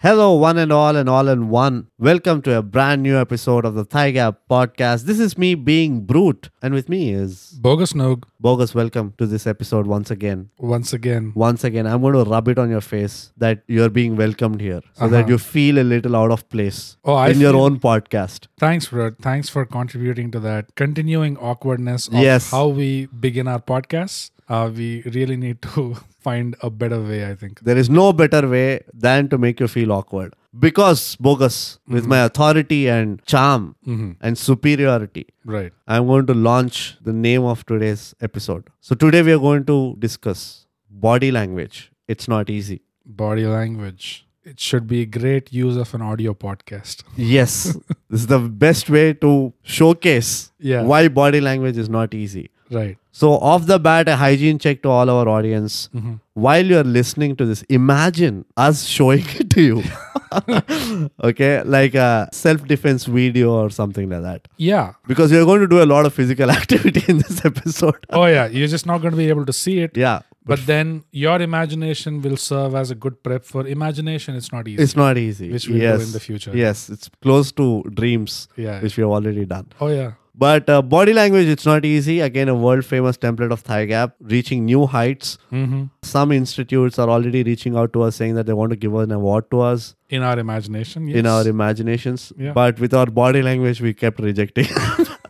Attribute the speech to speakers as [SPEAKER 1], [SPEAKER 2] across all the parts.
[SPEAKER 1] Hello, one and all, and all in one. Welcome to a brand new episode of the Thigh Gap Podcast. This is me being brute, and with me is
[SPEAKER 2] Bogus Nog,
[SPEAKER 1] Bogus. Welcome to this episode once again.
[SPEAKER 2] once again.
[SPEAKER 1] Once again, I'm going to rub it on your face that you're being welcomed here so that
[SPEAKER 2] Uh-huh.
[SPEAKER 1] you feel a little out of place
[SPEAKER 2] Oh, I
[SPEAKER 1] in your
[SPEAKER 2] feel-
[SPEAKER 1] own podcast.
[SPEAKER 2] Thanks for thanks for contributing to that continuing awkwardness of
[SPEAKER 1] Yes.
[SPEAKER 2] how we begin our podcasts. Uh, we really need to find a better way, I think.
[SPEAKER 1] There is no better way than to make you feel awkward. Because, Bogus, with
[SPEAKER 2] Mm-hmm.
[SPEAKER 1] my authority and charm and superiority,
[SPEAKER 2] Right.
[SPEAKER 1] I'm going to launch the name of today's episode. So, today we are going to discuss body language. It's not easy.
[SPEAKER 2] Body language. It should be great use of an audio podcast.
[SPEAKER 1] Yes, this is the best way to showcase
[SPEAKER 2] Yeah.
[SPEAKER 1] why body language is not easy.
[SPEAKER 2] Right.
[SPEAKER 1] So, off the bat, a hygiene check to all our audience. While you're listening to this, imagine us showing it to you. okay, like a self defense video or something like that.
[SPEAKER 2] Yeah.
[SPEAKER 1] Because you're going to do a lot of physical activity in this episode.
[SPEAKER 2] Oh yeah. You're just not going to be able to see it.
[SPEAKER 1] Yeah,
[SPEAKER 2] But then your imagination will serve as a good prep for imagination. It's not easy.
[SPEAKER 1] It's not easy.
[SPEAKER 2] Which we'll do
[SPEAKER 1] yes.
[SPEAKER 2] in the future.
[SPEAKER 1] Yes, it's close to dreams,
[SPEAKER 2] Yeah.
[SPEAKER 1] which we have already done.
[SPEAKER 2] oh yeah.
[SPEAKER 1] But uh, body language, it's not easy. Again, a world famous template of thigh gap, reaching new heights.
[SPEAKER 2] hmm
[SPEAKER 1] Some institutes are already reaching out to us saying that they want to give an award to us
[SPEAKER 2] In our imagination. Yes.
[SPEAKER 1] in our imaginations.
[SPEAKER 2] Yeah.
[SPEAKER 1] But with our body language, we kept rejecting.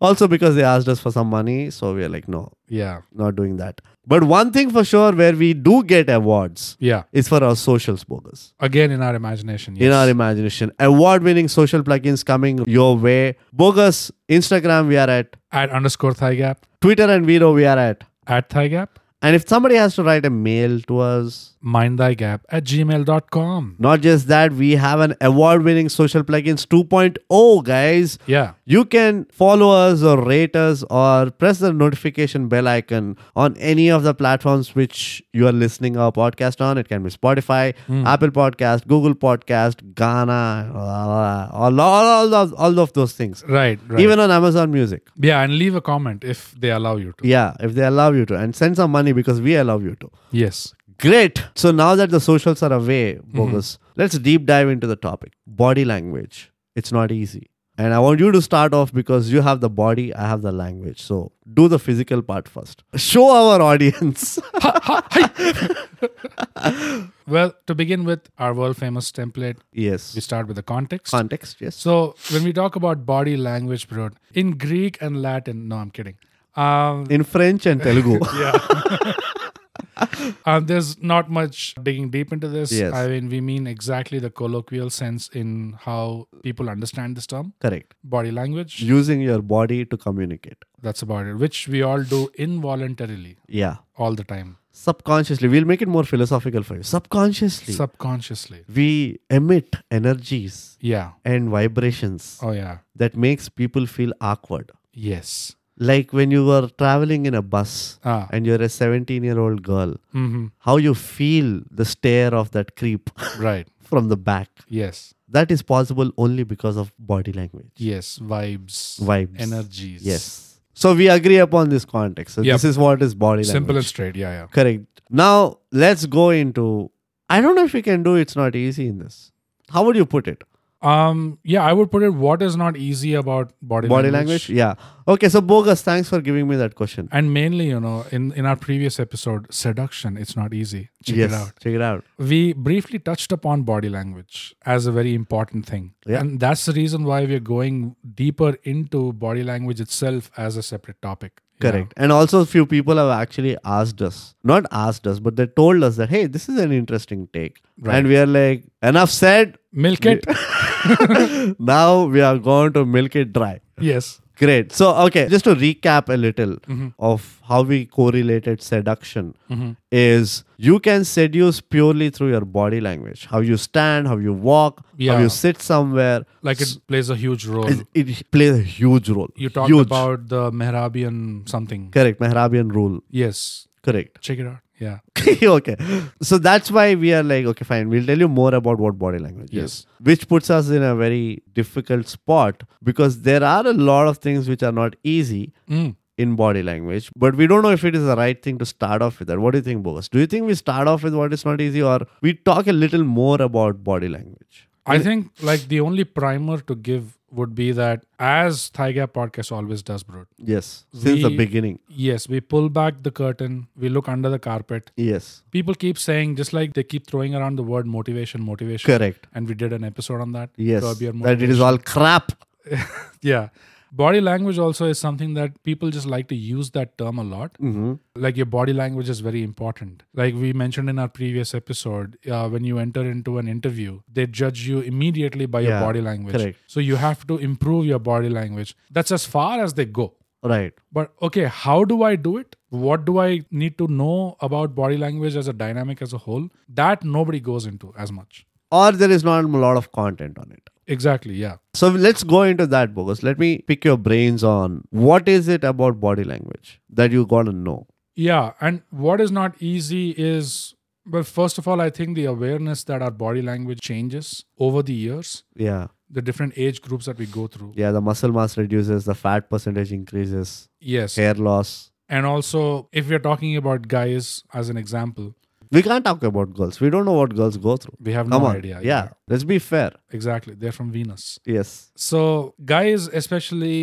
[SPEAKER 1] also, because they asked us for some money. So we are like, no,
[SPEAKER 2] yeah.
[SPEAKER 1] not doing that. But one thing for sure, where we do get awards
[SPEAKER 2] Yeah.
[SPEAKER 1] is for our socials bogus.
[SPEAKER 2] Again in our imagination. Yes.
[SPEAKER 1] in our imagination. Award winning social plugins coming your way. Bogus Instagram, we are at.
[SPEAKER 2] at underscore thigh gap
[SPEAKER 1] Twitter and Vero, we are at.
[SPEAKER 2] at thigh gap
[SPEAKER 1] And if somebody has to write a mail to us,
[SPEAKER 2] mind thigh gap at gmail.com
[SPEAKER 1] not just that, we have an award winning social plugins 2.0, guys.
[SPEAKER 2] yeah
[SPEAKER 1] You can follow us or rate us or press the notification bell icon on any of the platforms which you are listening our podcast on. It can be Spotify, Apple Podcast, Google Podcast, Ghana, all, all, all, of- all of those things.
[SPEAKER 2] right right
[SPEAKER 1] even on Amazon Music.
[SPEAKER 2] yeah and leave a comment if they allow you to
[SPEAKER 1] Yeah, if they allow you to, and send some money because we allow you to.
[SPEAKER 2] yes
[SPEAKER 1] Great. So now that the socials are away,
[SPEAKER 2] Mm-hmm.
[SPEAKER 1] bogus, let's deep dive into the topic body language. It's not easy. And I want you to start off because you have the body, I have the language. So do the physical part first. Show our audience.
[SPEAKER 2] well to begin with our world famous template we
[SPEAKER 1] yes.
[SPEAKER 2] start with the context
[SPEAKER 1] Context, yes.
[SPEAKER 2] so when we talk about body language bro in greek and latin no i'm kidding um,
[SPEAKER 1] In French and Telugu.
[SPEAKER 2] yeah um, there's not much digging deep into this
[SPEAKER 1] Yes.
[SPEAKER 2] i mean we mean exactly the colloquial sense in how people understand this term
[SPEAKER 1] Correct.
[SPEAKER 2] body language
[SPEAKER 1] Using your body to communicate.
[SPEAKER 2] That's about it, which we all do involuntarily
[SPEAKER 1] Yeah.
[SPEAKER 2] all the time,
[SPEAKER 1] Subconsciously. We'll make it more philosophical for you. Subconsciously.
[SPEAKER 2] subconsciously.
[SPEAKER 1] we emit energies
[SPEAKER 2] Yeah.
[SPEAKER 1] and vibrations
[SPEAKER 2] Oh, yeah.
[SPEAKER 1] that makes people feel awkward
[SPEAKER 2] Yes.
[SPEAKER 1] like when you were traveling in a bus
[SPEAKER 2] Ah.
[SPEAKER 1] and you're a 17 year old girl
[SPEAKER 2] Mm-hmm.
[SPEAKER 1] how you feel the stare of that creep
[SPEAKER 2] Right.
[SPEAKER 1] from the back
[SPEAKER 2] Yes.
[SPEAKER 1] that is possible only because of body language
[SPEAKER 2] Yes. Vibes.
[SPEAKER 1] Vibes.
[SPEAKER 2] Energies.
[SPEAKER 1] yes so we agree upon this context so
[SPEAKER 2] Yep.
[SPEAKER 1] this is what is body language
[SPEAKER 2] Simple and straight. Yeah. Yeah.
[SPEAKER 1] correct now let's go into i don't know if we can do it's not easy in this how would you put it
[SPEAKER 2] Um. Yeah. I would put it. What is not easy about body
[SPEAKER 1] body language yeah okay so bogus thanks for giving me that question
[SPEAKER 2] And mainly, you know, in in our previous episode, seduction. It's not easy. Check
[SPEAKER 1] yes
[SPEAKER 2] it out.
[SPEAKER 1] check it out
[SPEAKER 2] we briefly touched upon body language as a very important thing.
[SPEAKER 1] Yeah.
[SPEAKER 2] And that's the reason why we're going deeper into body language itself as a separate topic. you know.
[SPEAKER 1] correct and also a few people have actually asked us not asked us but they told us that hey this is an interesting take
[SPEAKER 2] Right.
[SPEAKER 1] and we are like enough said
[SPEAKER 2] Milk it.
[SPEAKER 1] now we are going to milk it dry
[SPEAKER 2] yes.
[SPEAKER 1] great so okay just to recap a little
[SPEAKER 2] Mm-hmm.
[SPEAKER 1] of how we correlated seduction is you can seduce purely through your body language how you stand how you walk how
[SPEAKER 2] Yeah.
[SPEAKER 1] you sit somewhere
[SPEAKER 2] Like it plays a huge role.
[SPEAKER 1] it, it plays a huge role.
[SPEAKER 2] you talked
[SPEAKER 1] huge.
[SPEAKER 2] about the Mehrabian something.
[SPEAKER 1] correct Mehrabian rule.
[SPEAKER 2] Yes.
[SPEAKER 1] Correct.
[SPEAKER 2] Check it out. Yeah.
[SPEAKER 1] okay, so that's why we are like, okay, fine. We'll tell you more about what body language is,
[SPEAKER 2] Yes.
[SPEAKER 1] which puts us in a very difficult spot because there are a lot of things which are not easy.
[SPEAKER 2] Mm.
[SPEAKER 1] in body language. But we don't know if it is the right thing to start off with that. What do you think, Bogus? Do you think we start off with what is not easy or we talk a little more about body language?
[SPEAKER 2] I think like the only primer to give would be that as Thigh Gap Podcast always does, bro.
[SPEAKER 1] Yes. Since the
[SPEAKER 2] We-
[SPEAKER 1] beginning.
[SPEAKER 2] Yes, we pull back the curtain, we look under the carpet.
[SPEAKER 1] Yes.
[SPEAKER 2] People keep saying, just like they keep throwing around the word motivation, motivation.
[SPEAKER 1] Correct.
[SPEAKER 2] And we did an episode on that.
[SPEAKER 1] Yes.
[SPEAKER 2] Curb your
[SPEAKER 1] That it is all crap.
[SPEAKER 2] Yeah. Body language also is something that people just like to use that term a lot.
[SPEAKER 1] hmm
[SPEAKER 2] Like your body language is very important. Like we mentioned in our previous episode, uh, when you enter into an interview, they judge you immediately by your
[SPEAKER 1] Yeah,
[SPEAKER 2] body language.
[SPEAKER 1] correct.
[SPEAKER 2] So you have to improve your body language. That's as far as they go.
[SPEAKER 1] Right.
[SPEAKER 2] But okay, how do I do it? What do I need to know about body language as a dynamic as a whole? That nobody goes into as much.
[SPEAKER 1] Or there is not a lot of content on it.
[SPEAKER 2] Exactly. Yeah.
[SPEAKER 1] So let's go into that, Bogus. Let me pick your brains on what is it about body language that you gotta know.
[SPEAKER 2] Yeah. And what is not easy is, well, first of all, I think the awareness that our body language changes over the years,
[SPEAKER 1] Yeah.
[SPEAKER 2] the different age groups that we go through.
[SPEAKER 1] Yeah, the muscle mass reduces, the fat percentage increases,
[SPEAKER 2] Yes.
[SPEAKER 1] hair loss.
[SPEAKER 2] And also, if we're talking about guys as an example,
[SPEAKER 1] We can't talk about girls. We don't know what girls go through.
[SPEAKER 2] we have
[SPEAKER 1] Come
[SPEAKER 2] no
[SPEAKER 1] on.
[SPEAKER 2] idea.
[SPEAKER 1] yeah. Let's be fair.
[SPEAKER 2] Exactly. They're from Venus.
[SPEAKER 1] Yes.
[SPEAKER 2] So guys, especially,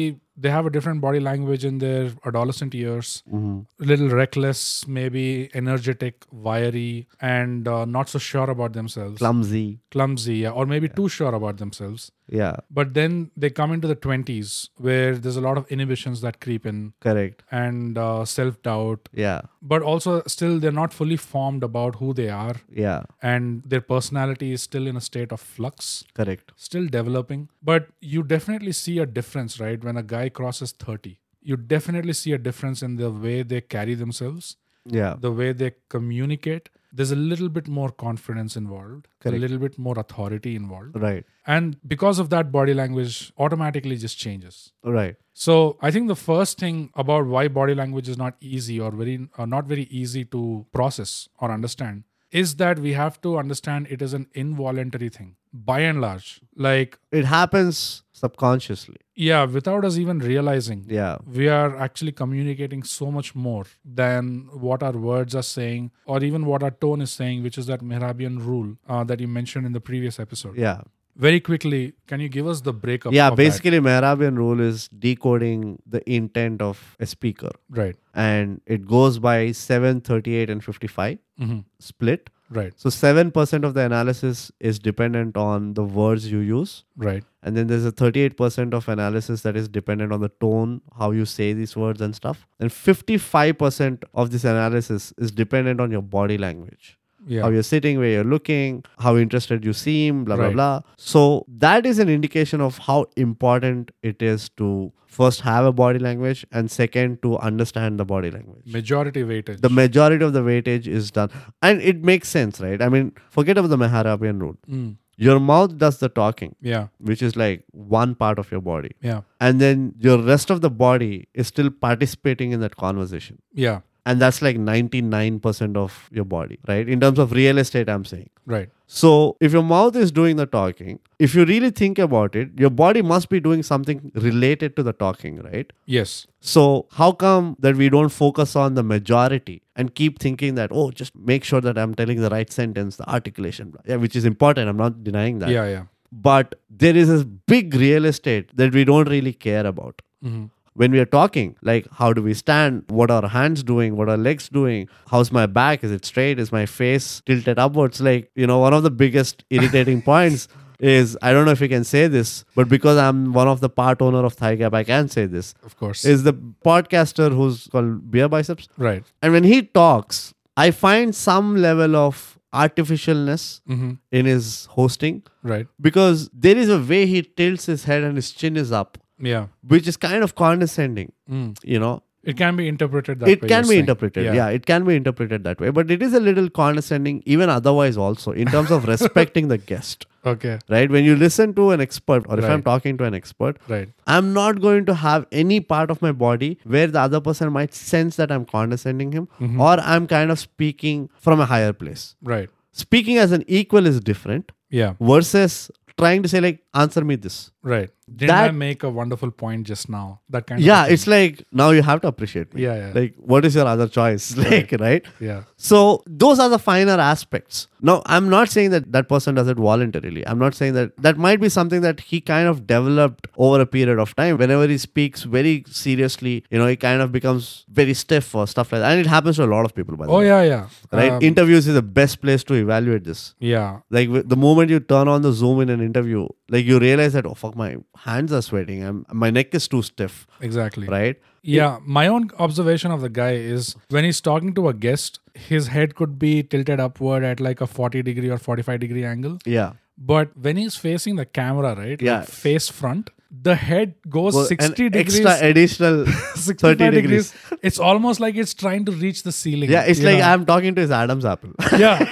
[SPEAKER 2] they have a different body language in their adolescent years.
[SPEAKER 1] Mm-hmm.
[SPEAKER 2] Little reckless, maybe energetic, wiry, and uh, not so sure about themselves.
[SPEAKER 1] Clumsy.
[SPEAKER 2] Clumsy, yeah, or maybe too sure about themselves.
[SPEAKER 1] Yeah.
[SPEAKER 2] But then they come into the twenties, where there's a lot of inhibitions that creep in
[SPEAKER 1] Correct.
[SPEAKER 2] and uh, self-doubt.
[SPEAKER 1] Yeah.
[SPEAKER 2] But also, still, they're not fully formed about who they are,
[SPEAKER 1] Yeah.
[SPEAKER 2] and their personality is still in a state of flux
[SPEAKER 1] Correct.
[SPEAKER 2] still developing but you definitely see a difference right when a guy crosses 30 you definitely see a difference in the way they carry themselves
[SPEAKER 1] Yeah.
[SPEAKER 2] the way they communicate there's a little bit more confidence involved a
[SPEAKER 1] Correct.
[SPEAKER 2] little bit more authority involved
[SPEAKER 1] Right.
[SPEAKER 2] and because of that body language automatically just changes
[SPEAKER 1] Right.
[SPEAKER 2] so i think the first thing about why body language is not easy or very or not very easy to process or understand is that we have to understand it is an involuntary thing by and large like
[SPEAKER 1] It happens subconsciously.
[SPEAKER 2] yeah without us even realizing
[SPEAKER 1] Yeah.
[SPEAKER 2] we are actually communicating so much more than what our words are saying or even what our tone is saying which is that mehrabian rule uh, that you mentioned in the previous episode
[SPEAKER 1] Yeah.
[SPEAKER 2] very quickly can you give us the breakup
[SPEAKER 1] Yeah.
[SPEAKER 2] of that?
[SPEAKER 1] Basically, Mehrabian rule is decoding the intent of a speaker,
[SPEAKER 2] right
[SPEAKER 1] and it goes by 7, 38, and 55
[SPEAKER 2] Mhm.
[SPEAKER 1] split.
[SPEAKER 2] right
[SPEAKER 1] So 7% of the analysis is dependent on the words you use.
[SPEAKER 2] right
[SPEAKER 1] And then there's a 38% of analysis that is dependent on the tone, how you say these words and stuff. And 55% of this analysis is dependent on your body language.
[SPEAKER 2] yeah
[SPEAKER 1] How you're sitting, where you're looking, how interested you seem, blah,
[SPEAKER 2] Right.
[SPEAKER 1] blah, blah. So, that is an indication of how important it is to first have a body language and second to understand the body language
[SPEAKER 2] majority weightage
[SPEAKER 1] the majority of the weightage is done and it makes sense right i mean forget about the maharabian rule
[SPEAKER 2] Mm,
[SPEAKER 1] your mouth does the talking
[SPEAKER 2] yeah
[SPEAKER 1] which is like one part of your body
[SPEAKER 2] yeah
[SPEAKER 1] and then your rest of the body is still participating in that conversation
[SPEAKER 2] yeah
[SPEAKER 1] and that's like 99% of your body right in terms of real estate i'm saying
[SPEAKER 2] right
[SPEAKER 1] so if your mouth is doing the talking if you really think about it your body must be doing something related to the talking right
[SPEAKER 2] yes
[SPEAKER 1] so how come that we don't focus on the majority and keep thinking that oh just make sure that I'm telling the right sentence, the articulation, blah. yeah, which is important. I'm not denying that.
[SPEAKER 2] yeah yeah
[SPEAKER 1] But there is this big real estate that we don't really care about.
[SPEAKER 2] Mhm.
[SPEAKER 1] When we are talking, like how do we stand? What are our hands doing? What are legs doing? How's my back? Is it straight? Is my face tilted upwards? Like, you know, one of the biggest irritating points is I don't know if you can say this, but because I'm one of the part owner of Thigh Gap, I can say this
[SPEAKER 2] of course
[SPEAKER 1] is the podcaster who's called Beer Biceps.
[SPEAKER 2] right
[SPEAKER 1] And when he talks, I find some level of artificialness
[SPEAKER 2] hmm
[SPEAKER 1] in his hosting
[SPEAKER 2] right
[SPEAKER 1] because there is a way he tilts his head and his chin is up,
[SPEAKER 2] yeah
[SPEAKER 1] which is kind of condescending,
[SPEAKER 2] Mm.
[SPEAKER 1] you know.
[SPEAKER 2] it can be interpreted that
[SPEAKER 1] It can
[SPEAKER 2] way, you're
[SPEAKER 1] be
[SPEAKER 2] saying.
[SPEAKER 1] interpreted. Yeah. it can be interpreted that way. But it is a little condescending, even otherwise, also, in terms of respecting the guest,
[SPEAKER 2] okay
[SPEAKER 1] right? When you listen to an expert, or if I'm
[SPEAKER 2] Right.
[SPEAKER 1] talking to an expert,
[SPEAKER 2] right
[SPEAKER 1] I'm not going to have any part of my body where the other person might sense that I'm condescending him
[SPEAKER 2] Mm-hmm.
[SPEAKER 1] or I'm kind of speaking from a higher place.
[SPEAKER 2] right
[SPEAKER 1] Speaking as an equal is different
[SPEAKER 2] yeah
[SPEAKER 1] versus trying to say, like, answer me this.
[SPEAKER 2] Right. Didn't I
[SPEAKER 1] That-
[SPEAKER 2] make a wonderful point just now? That kind
[SPEAKER 1] Yeah,
[SPEAKER 2] of a
[SPEAKER 1] it's like now you have to appreciate me.
[SPEAKER 2] Yeah, yeah.
[SPEAKER 1] Like, what is your other choice? Like, right?
[SPEAKER 2] thing. yeah.
[SPEAKER 1] So those are the finer aspects. Now, I'm not saying that that person does it voluntarily. I'm not saying that that might be something that he kind of developed over a period of time. Whenever he speaks very seriously, you know, he kind of becomes very stiff or stuff like that. And it happens to a lot of people, by the
[SPEAKER 2] Oh
[SPEAKER 1] way.
[SPEAKER 2] yeah, yeah.
[SPEAKER 1] Right?
[SPEAKER 2] Um,
[SPEAKER 1] Interviews is the best place to evaluate this.
[SPEAKER 2] yeah.
[SPEAKER 1] Like w- the moment you turn on the Zoom in an interview, like you realize that oh fuck, my hands are sweating. I'm, my neck is too stiff,
[SPEAKER 2] Exactly.
[SPEAKER 1] right?
[SPEAKER 2] Yeah, my own observation of the guy is when he's talking to a guest, his head could be tilted upward at like a 40 degree or 45 degree angle.
[SPEAKER 1] Yeah.
[SPEAKER 2] But when he's facing the camera, right?
[SPEAKER 1] Yeah.
[SPEAKER 2] Like face front, the head goes
[SPEAKER 1] Well, an
[SPEAKER 2] 60 degrees,
[SPEAKER 1] extra additional
[SPEAKER 2] 65
[SPEAKER 1] 30
[SPEAKER 2] degrees.
[SPEAKER 1] degrees.
[SPEAKER 2] It's almost like it's trying to reach the ceiling.
[SPEAKER 1] Yeah, it's
[SPEAKER 2] you
[SPEAKER 1] like
[SPEAKER 2] know?
[SPEAKER 1] I'm talking to his Adam's apple.
[SPEAKER 2] yeah,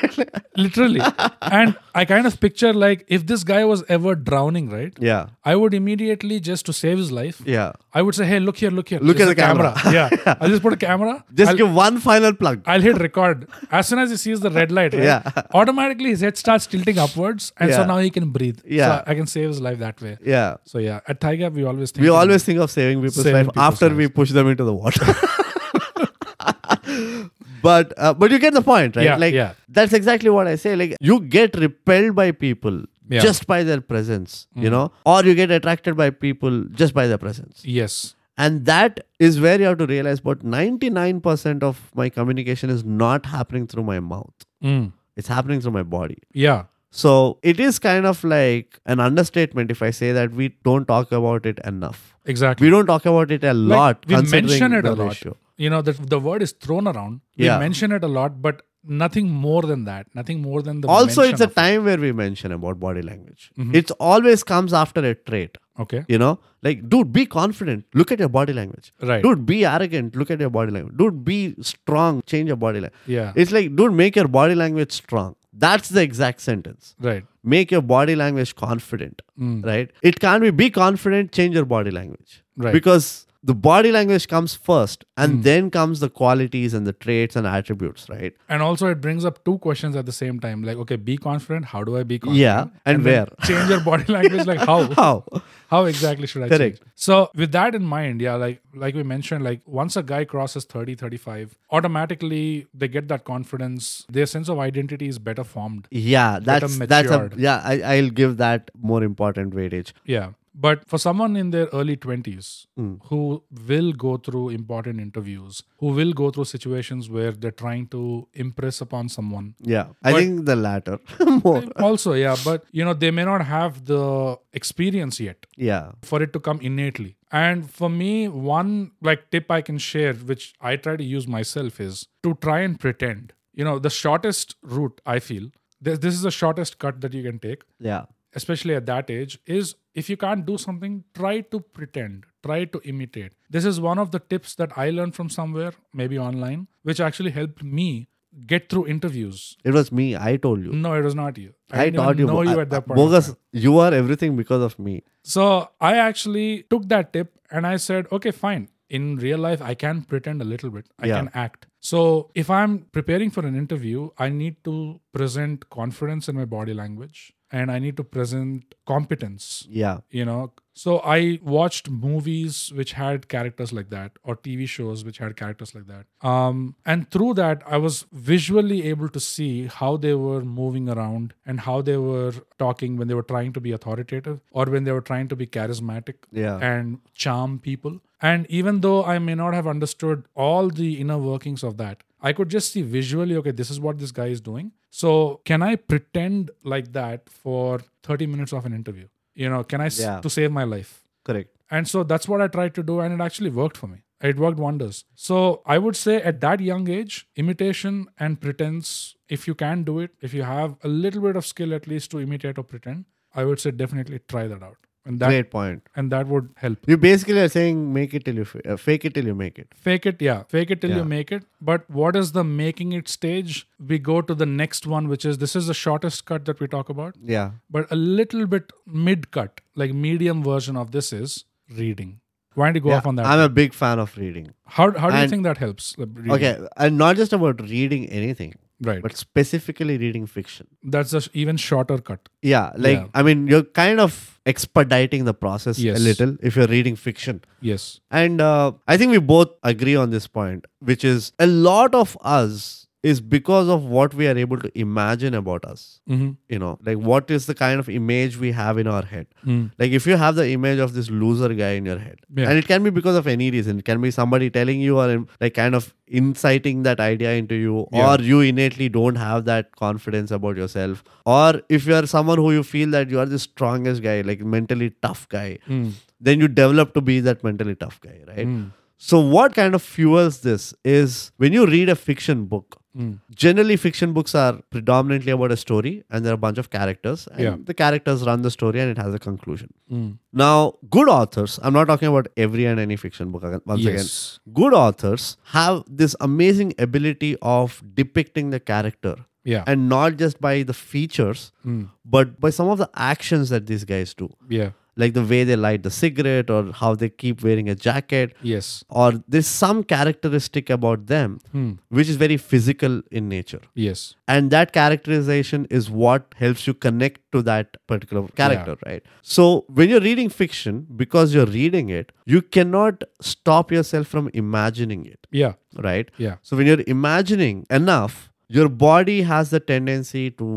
[SPEAKER 2] literally. And I kind of picture like if this guy was ever drowning, right?
[SPEAKER 1] yeah.
[SPEAKER 2] I would immediately just to save his life.
[SPEAKER 1] Yeah.
[SPEAKER 2] I would say, hey, look here, look here.
[SPEAKER 1] Look
[SPEAKER 2] There's
[SPEAKER 1] at the
[SPEAKER 2] a
[SPEAKER 1] camera."
[SPEAKER 2] yeah. I'll just put a camera.
[SPEAKER 1] Just
[SPEAKER 2] I'll,
[SPEAKER 1] give one final plug.
[SPEAKER 2] I'll hit record. As soon as he sees the red light, right,
[SPEAKER 1] Yeah.
[SPEAKER 2] automatically his head starts tilting upwards. And so
[SPEAKER 1] Yeah.
[SPEAKER 2] now he can breathe.
[SPEAKER 1] Yeah.
[SPEAKER 2] So I can save his life that way.
[SPEAKER 1] yeah.
[SPEAKER 2] So yeah, at Tiger, we always think
[SPEAKER 1] We
[SPEAKER 2] about-
[SPEAKER 1] always think of saving people's
[SPEAKER 2] Saving
[SPEAKER 1] life
[SPEAKER 2] people's
[SPEAKER 1] after we push them into the water. but uh, but you get the point, right?
[SPEAKER 2] Yeah,
[SPEAKER 1] like
[SPEAKER 2] yeah.
[SPEAKER 1] that's exactly what I say. Like you get repelled by people
[SPEAKER 2] Yeah. Mm.
[SPEAKER 1] just by their presence, you know, or you get attracted by people just by their presence.
[SPEAKER 2] Yes.
[SPEAKER 1] And that is where you have to realize about 99% of my communication is not happening through my mouth.
[SPEAKER 2] Mm.
[SPEAKER 1] It's happening through my body.
[SPEAKER 2] Yeah.
[SPEAKER 1] So it is kind of like an understatement if I say that we don't talk about it enough.
[SPEAKER 2] Exactly.
[SPEAKER 1] We don't talk about it a
[SPEAKER 2] Like,
[SPEAKER 1] lot.
[SPEAKER 2] we
[SPEAKER 1] considering
[SPEAKER 2] mention it
[SPEAKER 1] the
[SPEAKER 2] a lot.
[SPEAKER 1] ratio.
[SPEAKER 2] You know, the, the word is thrown around.
[SPEAKER 1] Yeah.
[SPEAKER 2] We mention it a lot, but nothing more than that. Nothing more than the.
[SPEAKER 1] Also, it's
[SPEAKER 2] mention Mm-hmm.
[SPEAKER 1] a
[SPEAKER 2] of-
[SPEAKER 1] time where we mention about body language. It always comes after a trait.
[SPEAKER 2] Okay.
[SPEAKER 1] You know, like, dude, be confident. Look at your body language.
[SPEAKER 2] Right.
[SPEAKER 1] Dude, be arrogant. Look at your body language. Dude, be strong. Change your body language.
[SPEAKER 2] Yeah.
[SPEAKER 1] It's like, dude, make your body language strong. That's the exact sentence.
[SPEAKER 2] Right.
[SPEAKER 1] Make your body language confident,
[SPEAKER 2] Hmm.
[SPEAKER 1] right? It can't be be confident, change your body language.
[SPEAKER 2] Right. Hmm.
[SPEAKER 1] Because the body language comes first and then comes the qualities and the traits and attributes, right?
[SPEAKER 2] And also, it brings up two questions at the same time. Like, okay, be confident. How do I be confident?
[SPEAKER 1] Yeah. And,
[SPEAKER 2] then
[SPEAKER 1] where?
[SPEAKER 2] Change your body language. Like how?
[SPEAKER 1] How?
[SPEAKER 2] How exactly should I
[SPEAKER 1] Correct.
[SPEAKER 2] change? So with that in mind, yeah, like like we mentioned, like once a guy crosses 30, 35, automatically they get that confidence. Their sense of identity is better formed.
[SPEAKER 1] Yeah, that's that's a
[SPEAKER 2] matured.
[SPEAKER 1] yeah, I, I'll give that more important weightage.
[SPEAKER 2] Yeah. But for someone in their early 20s who will go through important interviews, who will go through situations where they're trying to impress upon someone,
[SPEAKER 1] Yeah. I
[SPEAKER 2] But-
[SPEAKER 1] think the latter. more.
[SPEAKER 2] also yeah but you know they may not have the experience yet
[SPEAKER 1] Yeah.
[SPEAKER 2] for it to come innately and for me one like tip i can share which i try to use myself is to try and pretend you know the shortest route i feel this, this is the shortest cut that you can take
[SPEAKER 1] Yeah.
[SPEAKER 2] especially at that age is if you can't do something try to pretend try to imitate this is one of the tips that i learned from somewhere maybe online which actually helped me get through interviews
[SPEAKER 1] It was me. I told you.
[SPEAKER 2] no, it was not you.
[SPEAKER 1] I,
[SPEAKER 2] didn't even
[SPEAKER 1] taught you.
[SPEAKER 2] know you
[SPEAKER 1] I-
[SPEAKER 2] at that point. of
[SPEAKER 1] bogus.
[SPEAKER 2] time.
[SPEAKER 1] You are everything because of me.
[SPEAKER 2] So I actually took that tip and I said, okay, fine. In real life, I can pretend a little bit. I
[SPEAKER 1] Yeah.
[SPEAKER 2] can act. So if I'm preparing for an interview, I need to present confidence in my body language and I need to present competence
[SPEAKER 1] Yeah.
[SPEAKER 2] you know so i watched movies which had characters like that or tv shows which had characters like that um, and through that i was visually able to see how they were moving around and how they were talking when they were trying to be authoritative or when they were trying to be charismatic
[SPEAKER 1] Yeah.
[SPEAKER 2] and charm people and even though i may not have understood all the inner workings of that i could just see visually okay this is what this guy is doing so can i pretend like that for 30 minutes of an interview you know can i s-
[SPEAKER 1] Yeah.
[SPEAKER 2] to save my life
[SPEAKER 1] Correct.
[SPEAKER 2] and so that's what i tried to do and it actually worked for me it worked wonders so i would say at that young age imitation and pretense if you can do it if you have a little bit of skill at least to imitate or pretend i would say definitely try that out and that
[SPEAKER 1] Great point.
[SPEAKER 2] and that would help
[SPEAKER 1] You basically are saying make it till you fa- uh, fake it till you make it.
[SPEAKER 2] fake it yeah fake it till you
[SPEAKER 1] Yeah.
[SPEAKER 2] make it but what is the making it stage we go to the next one which is this is the shortest cut that we talk about
[SPEAKER 1] Yeah.
[SPEAKER 2] but a little bit mid cut like medium version of this is reading why don't you go
[SPEAKER 1] Yeah,
[SPEAKER 2] off on that
[SPEAKER 1] I'm a big fan of reading.
[SPEAKER 2] how, how do you
[SPEAKER 1] and-
[SPEAKER 2] think that helps the reading?
[SPEAKER 1] Okay, and not just about reading anything.
[SPEAKER 2] right.
[SPEAKER 1] but specifically reading fiction.
[SPEAKER 2] That's a sh- even shorter cut.
[SPEAKER 1] Yeah, like
[SPEAKER 2] Yeah.
[SPEAKER 1] I mean, you're kind of expediting the process
[SPEAKER 2] Yes.
[SPEAKER 1] a little if you're reading fiction.
[SPEAKER 2] Yes.
[SPEAKER 1] And uh, I think we both agree on this point, which is a lot of us is because of what we are able to imagine about us.
[SPEAKER 2] hmm
[SPEAKER 1] You know, like what is the kind of image we have in our head?
[SPEAKER 2] Mm.
[SPEAKER 1] Like if you have the image of this loser guy in your head,
[SPEAKER 2] Yeah.
[SPEAKER 1] and it can be because of any reason, it can be somebody telling you or um, like kind of inciting that idea into you,
[SPEAKER 2] Yeah.
[SPEAKER 1] or you innately don't have that confidence about yourself, or if you are someone who you feel that you are the strongest guy, like mentally tough guy,
[SPEAKER 2] Mm.
[SPEAKER 1] then you develop to be that mentally tough guy, right?
[SPEAKER 2] Mm.
[SPEAKER 1] So, what kind of fuels this is when you read a fiction book,
[SPEAKER 2] Mm.
[SPEAKER 1] generally, fiction books are predominantly about a story and there are a bunch of characters, and
[SPEAKER 2] Yeah.
[SPEAKER 1] the characters run the story and it has a conclusion.
[SPEAKER 2] Mm.
[SPEAKER 1] Now, good authors, I'm not talking about every and any fiction book again- once again.
[SPEAKER 2] Yes.
[SPEAKER 1] Good authors have this amazing ability of depicting the character
[SPEAKER 2] Yeah.
[SPEAKER 1] and not just by the features,
[SPEAKER 2] Mm.
[SPEAKER 1] but by some of the actions that these guys do
[SPEAKER 2] Yeah.
[SPEAKER 1] like the way they light the cigarette or how they keep wearing a jacket
[SPEAKER 2] Yes.
[SPEAKER 1] or there's some characteristic about them
[SPEAKER 2] Mm.
[SPEAKER 1] which is very physical in nature
[SPEAKER 2] Yes.
[SPEAKER 1] and that characterization is what helps you connect to that particular character right so when you're reading fiction because you're reading it you cannot stop yourself from imagining it
[SPEAKER 2] Yeah.
[SPEAKER 1] right
[SPEAKER 2] Yeah.
[SPEAKER 1] so when you're imagining enough your body has the tendency to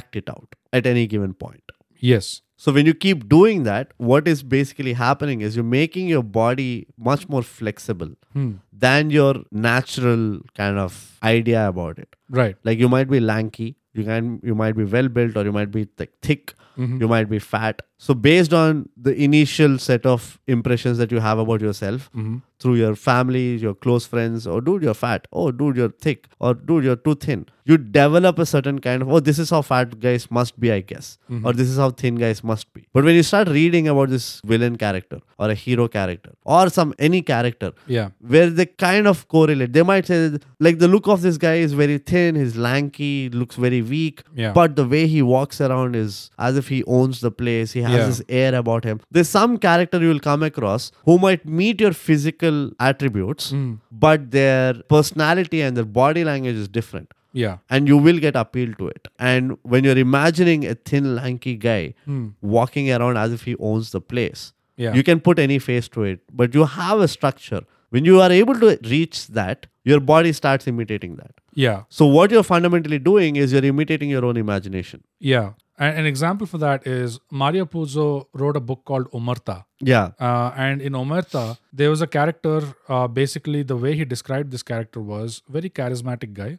[SPEAKER 1] act it out at any given point
[SPEAKER 2] Yes.
[SPEAKER 1] so when you keep doing that, what is basically happening is you're making your body much more flexible
[SPEAKER 2] Mm.
[SPEAKER 1] than your natural kind of idea about it.
[SPEAKER 2] Right.
[SPEAKER 1] Like you might be lanky, you can you might be well built or you might be th- thick,
[SPEAKER 2] Mhm.
[SPEAKER 1] you might be fat. So based on the initial set of impressions that you have about yourself
[SPEAKER 2] Mhm.
[SPEAKER 1] through your family, your close friends, or dude, you're fat, oh dude, you're thick, or dude, you're too thin. You develop a certain kind of oh, this is how fat guys must be, I guess. Or this is how thin guys must be. But when you start reading about this villain character or a hero character or some any character,
[SPEAKER 2] Yeah.
[SPEAKER 1] where they kind of correlate. They might say, that, like, the look of this guy is very thin, he's lanky, looks very weak,
[SPEAKER 2] Yeah.
[SPEAKER 1] but the way he walks around is as if he owns the place, he has
[SPEAKER 2] Yeah.
[SPEAKER 1] this air about him. There's some character you will come across who might meet your physical attributes,
[SPEAKER 2] Mm.
[SPEAKER 1] but their personality and their body language is different.
[SPEAKER 2] Yeah.
[SPEAKER 1] And you will get appealed to it. And when you're imagining a thin, lanky guy
[SPEAKER 2] Mm.
[SPEAKER 1] walking around as if he owns the place,
[SPEAKER 2] Yeah.
[SPEAKER 1] you can put any face to it, but you have a structure. When you are able to reach that, your body starts imitating that.
[SPEAKER 2] yeah.
[SPEAKER 1] So, what you're fundamentally doing is you're imitating your own imagination.
[SPEAKER 2] Yeah. And an example for that is Mario Puzo wrote a book called Omerta.
[SPEAKER 1] Yeah.
[SPEAKER 2] Uh, and in Omerta, there was a character. Uh, basically, the way he described this character was very charismatic guy.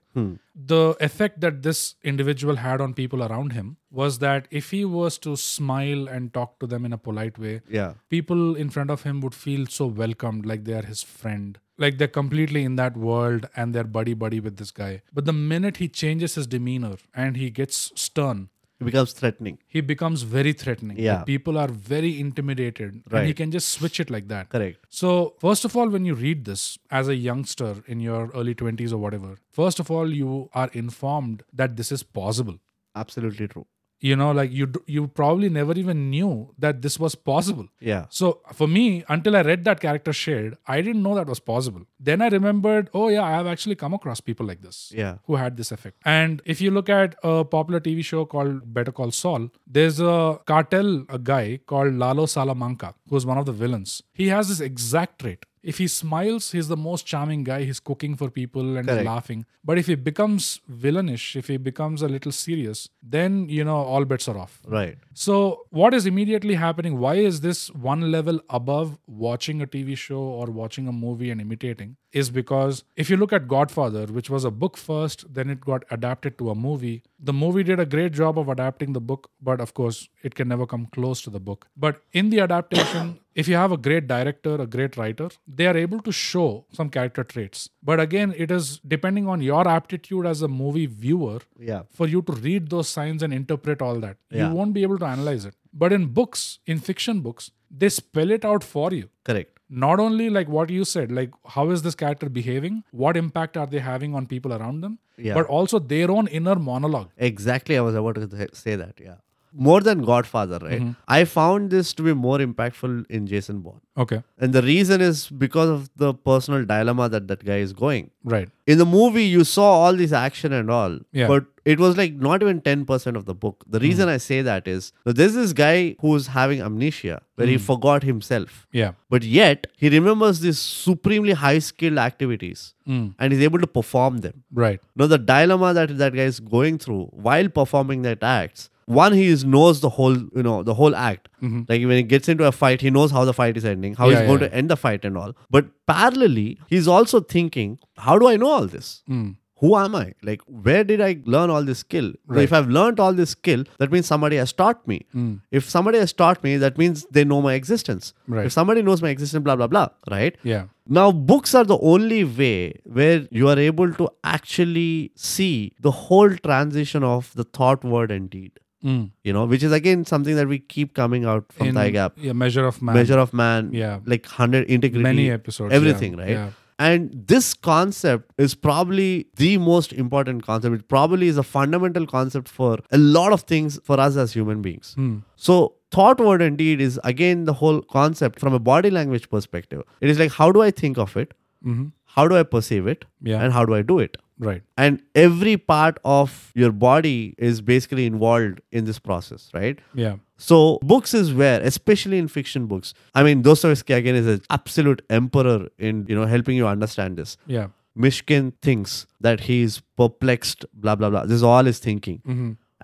[SPEAKER 2] The effect that this individual had on people around him was that if he was to smile and talk to them in a polite way,
[SPEAKER 1] Yeah.
[SPEAKER 2] people in front of him would feel so welcomed, like they are his friend, like they're completely in that world and they're buddy buddy with this guy. But the minute he changes his demeanor and he gets stern,
[SPEAKER 1] It becomes threatening.
[SPEAKER 2] he becomes very threatening. The
[SPEAKER 1] Yeah.
[SPEAKER 2] people are very intimidated. And he
[SPEAKER 1] Right.
[SPEAKER 2] can just switch it like that.
[SPEAKER 1] Correct.
[SPEAKER 2] So, first of all, when you read this as a youngster in your early 20s or whatever, first of all, you are informed that this is possible.
[SPEAKER 1] Absolutely true.
[SPEAKER 2] You know, like you, d- you probably never even knew that this was possible.
[SPEAKER 1] Yeah.
[SPEAKER 2] So for me, until I read that character shared, I didn't know that was possible. Then I remembered, oh yeah, I have actually come across people like this
[SPEAKER 1] Yeah.
[SPEAKER 2] who had this effect. And if you look at a popular TV show called Better Call Saul, there's a cartel a guy called Lalo Salamanca, who's one of the villains. He has this exact trait. If he smiles, he's the most charming guy. He's cooking for people and he's
[SPEAKER 1] Correct.
[SPEAKER 2] laughing. But if he becomes villainish, if he becomes a little serious, then you know all bets are off.
[SPEAKER 1] Right.
[SPEAKER 2] So, what is immediately happening? Why is this one level above watching a TV show or watching a movie and imitating? Is because if you look at Godfather, which was a book first, then it got adapted to a movie. The movie did a great job of adapting the book, but of course, it can never come close to the book. But in the adaptation, if you have a great director, a great writer, they are able to show some character traits. But again, it is depending on your aptitude as a movie viewer
[SPEAKER 1] Yeah.
[SPEAKER 2] for you to read those signs and interpret all that.
[SPEAKER 1] Yeah.
[SPEAKER 2] You won't be able to analyze it. But in books, in fiction books, they spell it out for you.
[SPEAKER 1] Correct.
[SPEAKER 2] Not only like what you said, like how is this character behaving? What impact are they having on people around them?
[SPEAKER 1] Yeah.
[SPEAKER 2] But also their own inner monologue.
[SPEAKER 1] Exactly. I was about to say that. Yeah. more than Godfather, right? I found this to be more impactful in Jason Bourne.
[SPEAKER 2] Okay.
[SPEAKER 1] And the reason is because of the personal dilemma that that guy is going.
[SPEAKER 2] Right.
[SPEAKER 1] In the movie, you saw all this action and all,
[SPEAKER 2] Yeah. Hmm.
[SPEAKER 1] but it was like not even 10% of the book. The reason I say that is that there's this guy who's having amnesia where he forgot himself,
[SPEAKER 2] Hmm. Yeah.
[SPEAKER 1] but yet he remembers these supremely high skilled activities
[SPEAKER 2] Hmm.
[SPEAKER 1] and is able to perform them.
[SPEAKER 2] Right.
[SPEAKER 1] Now, the dilemma that that guy is going through while performing that acts. One, he is knows the whole, you know, the whole act. Like when he gets into a fight, he knows how the fight is ending, how
[SPEAKER 2] Mm-hmm. Yeah,
[SPEAKER 1] he's going
[SPEAKER 2] yeah.
[SPEAKER 1] to end the fight and all. But parallelly, he's also thinking, how do I know all this?
[SPEAKER 2] Hmm.
[SPEAKER 1] Who am I? Like, where did I learn all this skill? Now, If I've learned all this skill, that means somebody has taught me.
[SPEAKER 2] Hmm.
[SPEAKER 1] If somebody has taught me, that means they know my existence.
[SPEAKER 2] Right.
[SPEAKER 1] If somebody knows my existence, blah blah blah. Right.
[SPEAKER 2] Yeah.
[SPEAKER 1] Now, books are the only way where you are able to actually see the whole transition of the thought, word, and deed.
[SPEAKER 2] Mm.
[SPEAKER 1] You know, which is again something that we keep coming out from
[SPEAKER 2] In-
[SPEAKER 1] Thigh Gap.
[SPEAKER 2] Yeah. Measure of man.
[SPEAKER 1] Measure of man,
[SPEAKER 2] Yeah.
[SPEAKER 1] like 100 integrity,
[SPEAKER 2] Many episodes. yeah,
[SPEAKER 1] everything, right?
[SPEAKER 2] Yeah.
[SPEAKER 1] And this concept is probably the most important concept. It probably is a fundamental concept for a lot of things for us as human beings.
[SPEAKER 2] Hmm.
[SPEAKER 1] So, thought, word, and deed is again the whole concept from a body language perspective. It is like, how do I think of it?
[SPEAKER 2] Mhm.
[SPEAKER 1] How do I perceive it?
[SPEAKER 2] Yeah.
[SPEAKER 1] And how do I do it?
[SPEAKER 2] Right.
[SPEAKER 1] And every part of your body is basically involved in this process, right?
[SPEAKER 2] Yeah.
[SPEAKER 1] So books is where, especially in fiction books. I mean, Dostoevsky again is an absolute emperor in you know helping you understand this.
[SPEAKER 2] Yeah.
[SPEAKER 1] Mishkin thinks that he's perplexed, blah blah blah. This is all his thinking.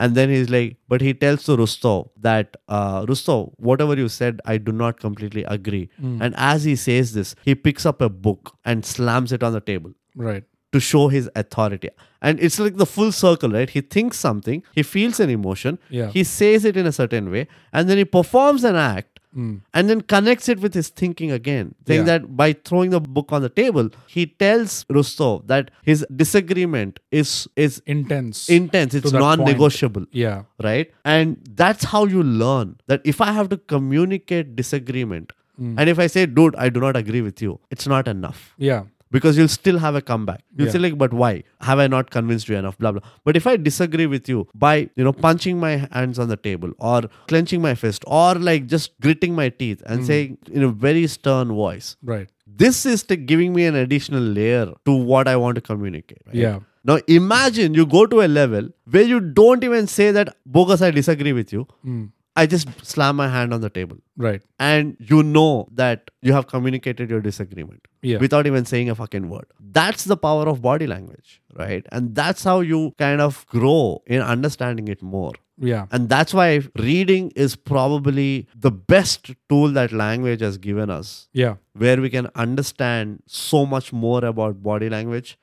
[SPEAKER 1] And then he's like, but he tells to Rostov that uh, Rostov, whatever you said, I do not completely agree. And as he says this, he picks up a book and slams it on the table
[SPEAKER 2] Right.
[SPEAKER 1] to show his authority. And it's like the full circle, right? He thinks something, he feels an emotion,
[SPEAKER 2] Yeah.
[SPEAKER 1] he says it in a certain way, and then he performs an act and then connects it with his thinking again. Saying
[SPEAKER 2] Hmm. Yeah.
[SPEAKER 1] that by throwing the book on the table, he tells Rousseau that his disagreement is is
[SPEAKER 2] Intense.
[SPEAKER 1] intense, it's
[SPEAKER 2] that point.
[SPEAKER 1] non negotiable.
[SPEAKER 2] yeah.
[SPEAKER 1] Right? And that's how you learn that if I have to communicate disagreement,
[SPEAKER 2] Hmm.
[SPEAKER 1] and if I say, dude, I do not agree with you, it's not enough
[SPEAKER 2] Yeah.
[SPEAKER 1] because you'll still have a comeback. You'll
[SPEAKER 2] Yeah.
[SPEAKER 1] still like, but why have I not convinced you enough? Blah blah. But if I disagree with you by you know punching my hands on the table or clenching my fist or like just gritting my teeth
[SPEAKER 2] Hmm.
[SPEAKER 1] and saying in a very stern voice,
[SPEAKER 2] Right.
[SPEAKER 1] this is t- giving me an additional layer to what I want to communicate. right?
[SPEAKER 2] Yeah.
[SPEAKER 1] Now imagine you go to a level where you don't even say that bogus. I disagree with you.
[SPEAKER 2] Hmm.
[SPEAKER 1] I just slam my hand on the table
[SPEAKER 2] Right.
[SPEAKER 1] and you know that you have communicated your disagreement
[SPEAKER 2] Yeah.
[SPEAKER 1] without even saying a fucking word. That's the power of body language, right? And that's how you kind of grow in understanding it more.
[SPEAKER 2] Yeah.
[SPEAKER 1] And that's why reading is probably the best tool that language has given us,
[SPEAKER 2] Yeah.
[SPEAKER 1] where we can understand so much more about body language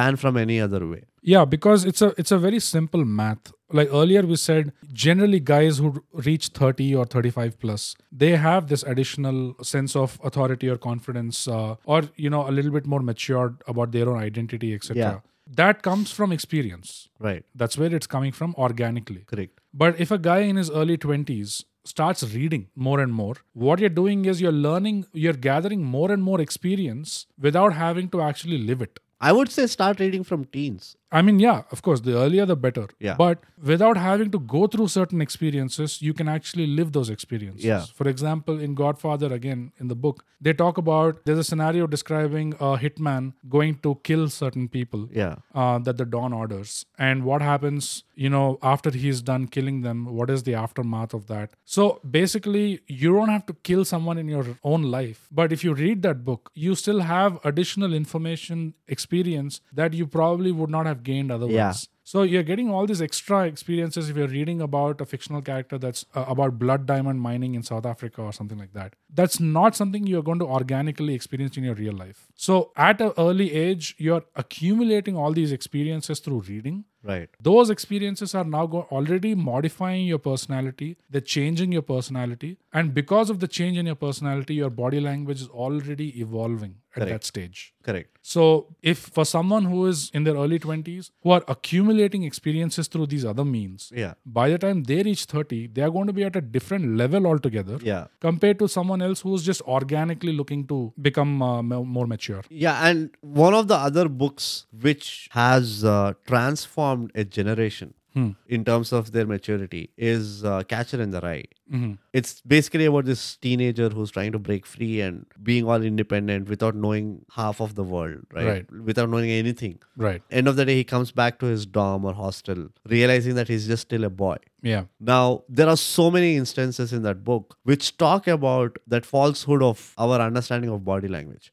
[SPEAKER 1] than from any other way.
[SPEAKER 2] Yeah, because it's a it's a very simple math. Like earlier we said, generally guys who reach 30 or 35 plus, they have this additional sense of authority or confidence, uh, or you know, a little bit more matured about their own identity, etc.
[SPEAKER 1] Yeah.
[SPEAKER 2] That comes from experience.
[SPEAKER 1] Right.
[SPEAKER 2] That's where it's coming from organically.
[SPEAKER 1] Correct.
[SPEAKER 2] But if a guy in his early 20s starts reading more and more, what you're doing is you're learning, you're gathering more and more experience without having to actually live it.
[SPEAKER 1] I would say start reading from teens.
[SPEAKER 2] I mean, yeah, of course, the earlier the better.
[SPEAKER 1] Yeah.
[SPEAKER 2] But without having to go through certain experiences, you can actually live those experiences.
[SPEAKER 1] Yeah.
[SPEAKER 2] For example, in Godfather, again, in the book, they talk about there's a scenario describing a hitman going to kill certain people
[SPEAKER 1] Yeah.
[SPEAKER 2] uh, that the Don orders. And what happens, you know, after he's done killing them, what is the aftermath of that? So basically, you don't have to kill someone in your own life. But if you read that book, you still have additional information, experience that you probably would not have gained otherwise.
[SPEAKER 1] Yeah.
[SPEAKER 2] So you're getting all these extra experiences if you're reading about a fictional character that's uh, about blood diamond mining in South Africa or something like that. That's not something you're going to organically experience in your real life. So at an early age, you're accumulating all these experiences through reading.
[SPEAKER 1] Right.
[SPEAKER 2] Those experiences are now go- already modifying your personality. They're changing your personality. And because of the change in your personality, your body language is already evolving at that stage.
[SPEAKER 1] Correct.
[SPEAKER 2] So, if for someone who is in their early 20s, who are accumulating experiences through these other means,
[SPEAKER 1] Yeah.
[SPEAKER 2] by the time they reach 30, they are going to be at a different level altogether
[SPEAKER 1] Yeah.
[SPEAKER 2] compared to someone else who's just organically looking to become uh, m- more mature.
[SPEAKER 1] Yeah, and one of the other books which has uh, transformed a generation
[SPEAKER 2] Hmm.
[SPEAKER 1] in terms of their maturity is uh, Catcher in the Rye.
[SPEAKER 2] Mhm.
[SPEAKER 1] It's basically about this teenager who's trying to break free and being all independent without knowing half of the world, right? Without knowing anything.
[SPEAKER 2] Right.
[SPEAKER 1] End of the day, he comes back to his dorm or hostel, realizing that he's just still a boy.
[SPEAKER 2] Yeah.
[SPEAKER 1] Now, there are so many instances in that book which talk about that falsehood of our understanding of body language,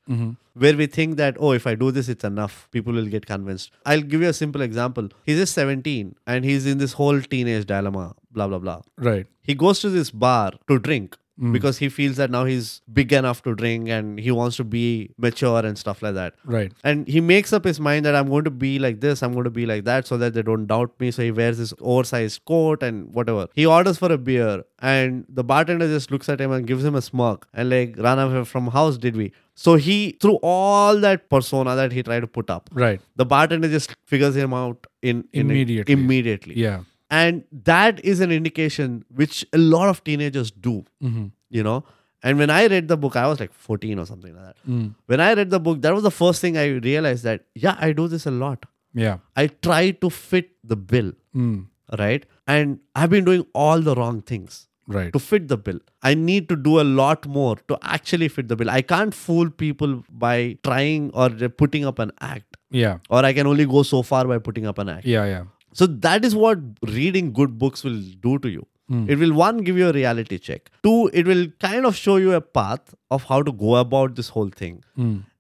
[SPEAKER 1] where we think that, oh, if I do this, it's enough. People will get convinced. I'll give you a simple example. He's just 17 and he's in this whole teenage dilemma, blah, blah, blah.
[SPEAKER 2] Right.
[SPEAKER 1] He goes to this bar to drink because he feels that now he's big enough to drink and he wants to be mature and stuff like that.
[SPEAKER 2] Right.
[SPEAKER 1] And he makes up his mind that I'm going to be like this, I'm going to be like that, so that they don't doubt me. So he wears this oversized coat and whatever. He orders for a beer, and the bartender just looks at him and gives him a smirk and like, run away from house, did we? So he, through all that persona that he tried to put up,
[SPEAKER 2] Right.
[SPEAKER 1] the bartender just figures him out in, in
[SPEAKER 2] Immediately.
[SPEAKER 1] Immediately.
[SPEAKER 2] Yeah.
[SPEAKER 1] And that is an indication which a lot of teenagers do, you know. And when I read the book, I was like 14 or something like that. When I read the book, that was the first thing I realized that, yeah, I do this a lot.
[SPEAKER 2] Yeah.
[SPEAKER 1] I try to fit the bill,
[SPEAKER 2] Mm.
[SPEAKER 1] right? And I've been doing all the wrong things
[SPEAKER 2] Right.
[SPEAKER 1] to fit the bill. I need to do a lot more to actually fit the bill. I can't fool people by trying or putting up an act,
[SPEAKER 2] Yeah.
[SPEAKER 1] or I can only go so far by putting up an act.
[SPEAKER 2] Yeah. Yeah.
[SPEAKER 1] So that is what reading good books will do to you. It will one give you a reality check. Two, it will kind of show you a path of how to go about this whole thing.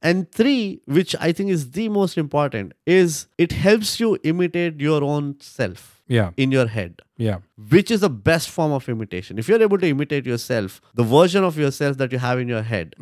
[SPEAKER 1] And three, which I think is the most important, is it helps you imitate your own self
[SPEAKER 2] Yeah.
[SPEAKER 1] in your head,
[SPEAKER 2] Yeah.
[SPEAKER 1] which is the best form of imitation. If you're able to imitate yourself, the version of yourself that you have in your head,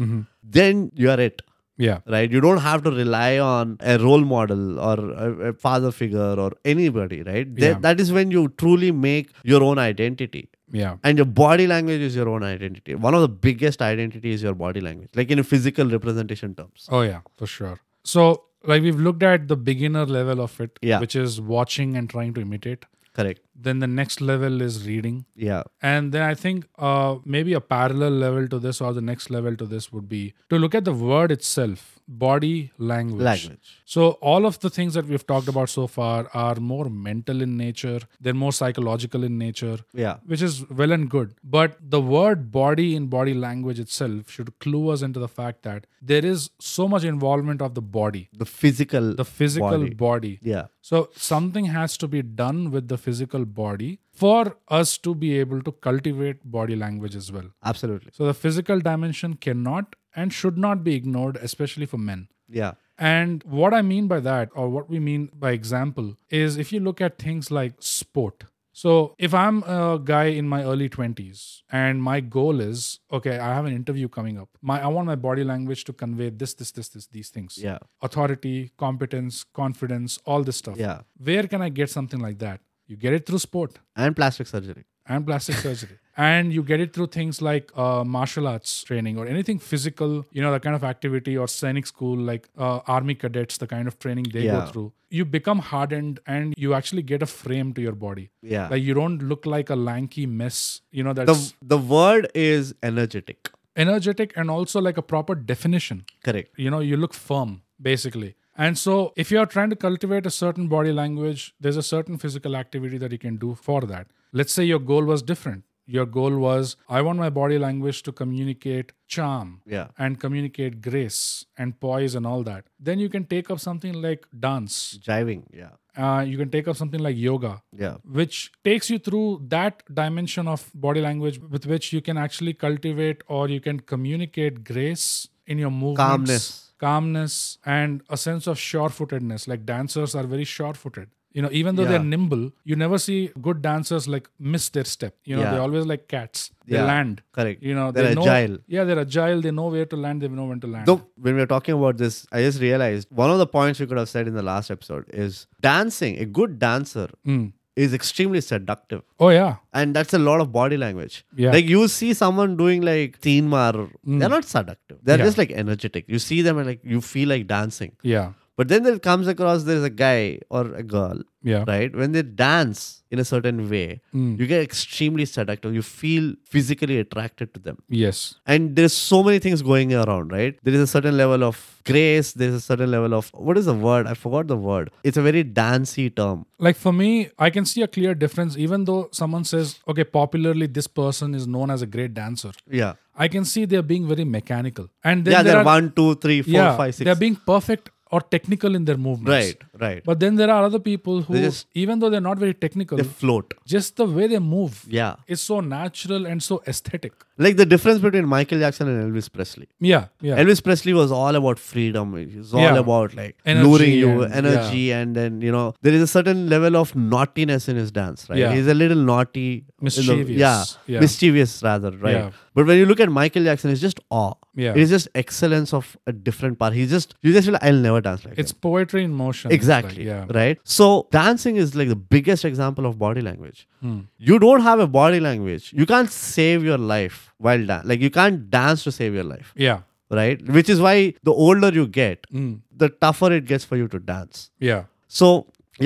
[SPEAKER 1] then you are it
[SPEAKER 2] Yeah.
[SPEAKER 1] right you don't have to rely on a role model or a, a father figure or anybody right Th-
[SPEAKER 2] Yeah.
[SPEAKER 1] that is when you truly make your own identity
[SPEAKER 2] Yeah.
[SPEAKER 1] and your body language is your own identity one of the biggest identity is your body language like in a physical representation terms
[SPEAKER 2] Oh yeah, for sure. So like we've looked at the beginner level of it,
[SPEAKER 1] Yeah.
[SPEAKER 2] which is watching and trying to imitate.
[SPEAKER 1] correct
[SPEAKER 2] Then the next level is reading.
[SPEAKER 1] yeah
[SPEAKER 2] And then I think uh, maybe a parallel level to this or the next level to this would be to look at the word itself, body language.
[SPEAKER 1] language
[SPEAKER 2] So all of the things that we've talked about so far are more mental in nature, they're more psychological in nature,
[SPEAKER 1] yeah
[SPEAKER 2] which is well and good. But the word body in body language itself should clue us into the fact that there is so much involvement of the body,
[SPEAKER 1] the physical
[SPEAKER 2] the physical
[SPEAKER 1] Body.
[SPEAKER 2] body.
[SPEAKER 1] yeah
[SPEAKER 2] So something has to be done with the physical body for us to be able to cultivate body language as well.
[SPEAKER 1] absolutely
[SPEAKER 2] So the physical dimension cannot and should not be ignored, especially for men.
[SPEAKER 1] yeah
[SPEAKER 2] And what I mean by that, or what we mean by example, is if you look at things like sport. So, if I'm a guy in my early 20s and my goal is, okay, I have an interview coming up. My I want my body language to convey this, this, this, this, these things.
[SPEAKER 1] Yeah.
[SPEAKER 2] Authority, competence, confidence, all this stuff.
[SPEAKER 1] Yeah.
[SPEAKER 2] Where can I get something like that? You get it through sport
[SPEAKER 1] and plastic surgery
[SPEAKER 2] and plastic surgery. And you get it through things like uh, martial arts training or anything physical, you know, that kind of activity or scenic school, like uh, army cadets, the kind of training they
[SPEAKER 1] Yeah.
[SPEAKER 2] go through. You become hardened and you actually get a frame to your body.
[SPEAKER 1] yeah
[SPEAKER 2] Like you don't look like a lanky mess, you know, that's
[SPEAKER 1] the the word is energetic
[SPEAKER 2] energetic and also like a proper definition.
[SPEAKER 1] correct
[SPEAKER 2] You know, you look firm, basically. And so, if you're trying to cultivate a certain body language, there's a certain physical activity that you can do for that. Let's say your goal was different. Your goal was, I want my body language to communicate charm
[SPEAKER 1] Yeah.
[SPEAKER 2] and communicate grace and poise and all that. Then you can take up something like dance,
[SPEAKER 1] driving yeah
[SPEAKER 2] uh, you can take up something like yoga,
[SPEAKER 1] yeah
[SPEAKER 2] which takes you through that dimension of body language with which you can actually cultivate or you can communicate grace in your movements
[SPEAKER 1] Calmness.
[SPEAKER 2] calmness and a sense of sure-footedness like dancers are very sure-footed you know even though
[SPEAKER 1] Yeah.
[SPEAKER 2] they're nimble you never see good dancers like miss their step you know
[SPEAKER 1] Yeah.
[SPEAKER 2] they're always like cats they
[SPEAKER 1] Yeah.
[SPEAKER 2] land
[SPEAKER 1] Correct.
[SPEAKER 2] you know
[SPEAKER 1] They're
[SPEAKER 2] they know-
[SPEAKER 1] agile.
[SPEAKER 2] yeah they're agile they know where to land they know when to land
[SPEAKER 1] Though when we were talking about this, I just realized one of the points we could have said in the last episode is dancing. A good dancer
[SPEAKER 2] Hmm.
[SPEAKER 1] is extremely seductive,
[SPEAKER 2] oh yeah
[SPEAKER 1] and that's a lot of body language.
[SPEAKER 2] Yeah. Hmm.
[SPEAKER 1] Like you see someone doing like teen mar, they're not seductive. They're
[SPEAKER 2] Yeah.
[SPEAKER 1] just like energetic. You see them and like you feel like dancing.
[SPEAKER 2] yeah
[SPEAKER 1] But then there comes across there's a guy or a girl,
[SPEAKER 2] Yeah.
[SPEAKER 1] right? When they dance in a certain way,
[SPEAKER 2] Mm.
[SPEAKER 1] you get extremely seductive. You feel physically attracted to them.
[SPEAKER 2] Yes.
[SPEAKER 1] And there's so many things going around, right? There is a certain level of grace. There's a certain level of what is the word? I forgot the word. It's a very dancey term.
[SPEAKER 2] Like for me, I can see a clear difference even though someone says, okay, popularly this person is known as a great dancer.
[SPEAKER 1] Yeah.
[SPEAKER 2] I can see they're being very mechanical. And then
[SPEAKER 1] yeah,
[SPEAKER 2] there
[SPEAKER 1] there are
[SPEAKER 2] are
[SPEAKER 1] one, two, three, four,
[SPEAKER 2] yeah,
[SPEAKER 1] five, six.
[SPEAKER 2] they're being perfect or technical in their movements.
[SPEAKER 1] Right, right.
[SPEAKER 2] But then there are other people who,
[SPEAKER 1] They just-
[SPEAKER 2] even though they're not very technical,
[SPEAKER 1] They float.
[SPEAKER 2] just the way they move
[SPEAKER 1] Yeah.
[SPEAKER 2] is so natural and so aesthetic.
[SPEAKER 1] Like the difference between Michael Jackson and Elvis Presley.
[SPEAKER 2] Yeah, yeah.
[SPEAKER 1] Elvis Presley was all about freedom. It was all
[SPEAKER 2] Yeah.
[SPEAKER 1] about like
[SPEAKER 2] Energy
[SPEAKER 1] luring you,
[SPEAKER 2] and-
[SPEAKER 1] energy, and then you know there is a certain level of naughtiness in his dance, right?
[SPEAKER 2] Yeah.
[SPEAKER 1] He's a little naughty, in the-
[SPEAKER 2] Mischievous.
[SPEAKER 1] yeah,
[SPEAKER 2] Yeah.
[SPEAKER 1] mischievous rather, right?
[SPEAKER 2] Yeah.
[SPEAKER 1] But when you look at Michael Jackson, it's just awe.
[SPEAKER 2] Yeah.
[SPEAKER 1] it's just excellence of a different part. He's just you just feel like, I'll never dance like
[SPEAKER 2] it's
[SPEAKER 1] him."
[SPEAKER 2] poetry in motion. it's like,
[SPEAKER 1] Exactly.
[SPEAKER 2] yeah.
[SPEAKER 1] Right. So dancing is like the biggest example of body language.
[SPEAKER 2] Hmm.
[SPEAKER 1] You don't have a body language. You can't save your life while dan- like you can't dance to save your life
[SPEAKER 2] Yeah.
[SPEAKER 1] right? Which is why the older you get,
[SPEAKER 2] Mm.
[SPEAKER 1] the tougher it gets for you to dance.
[SPEAKER 2] Yeah.
[SPEAKER 1] So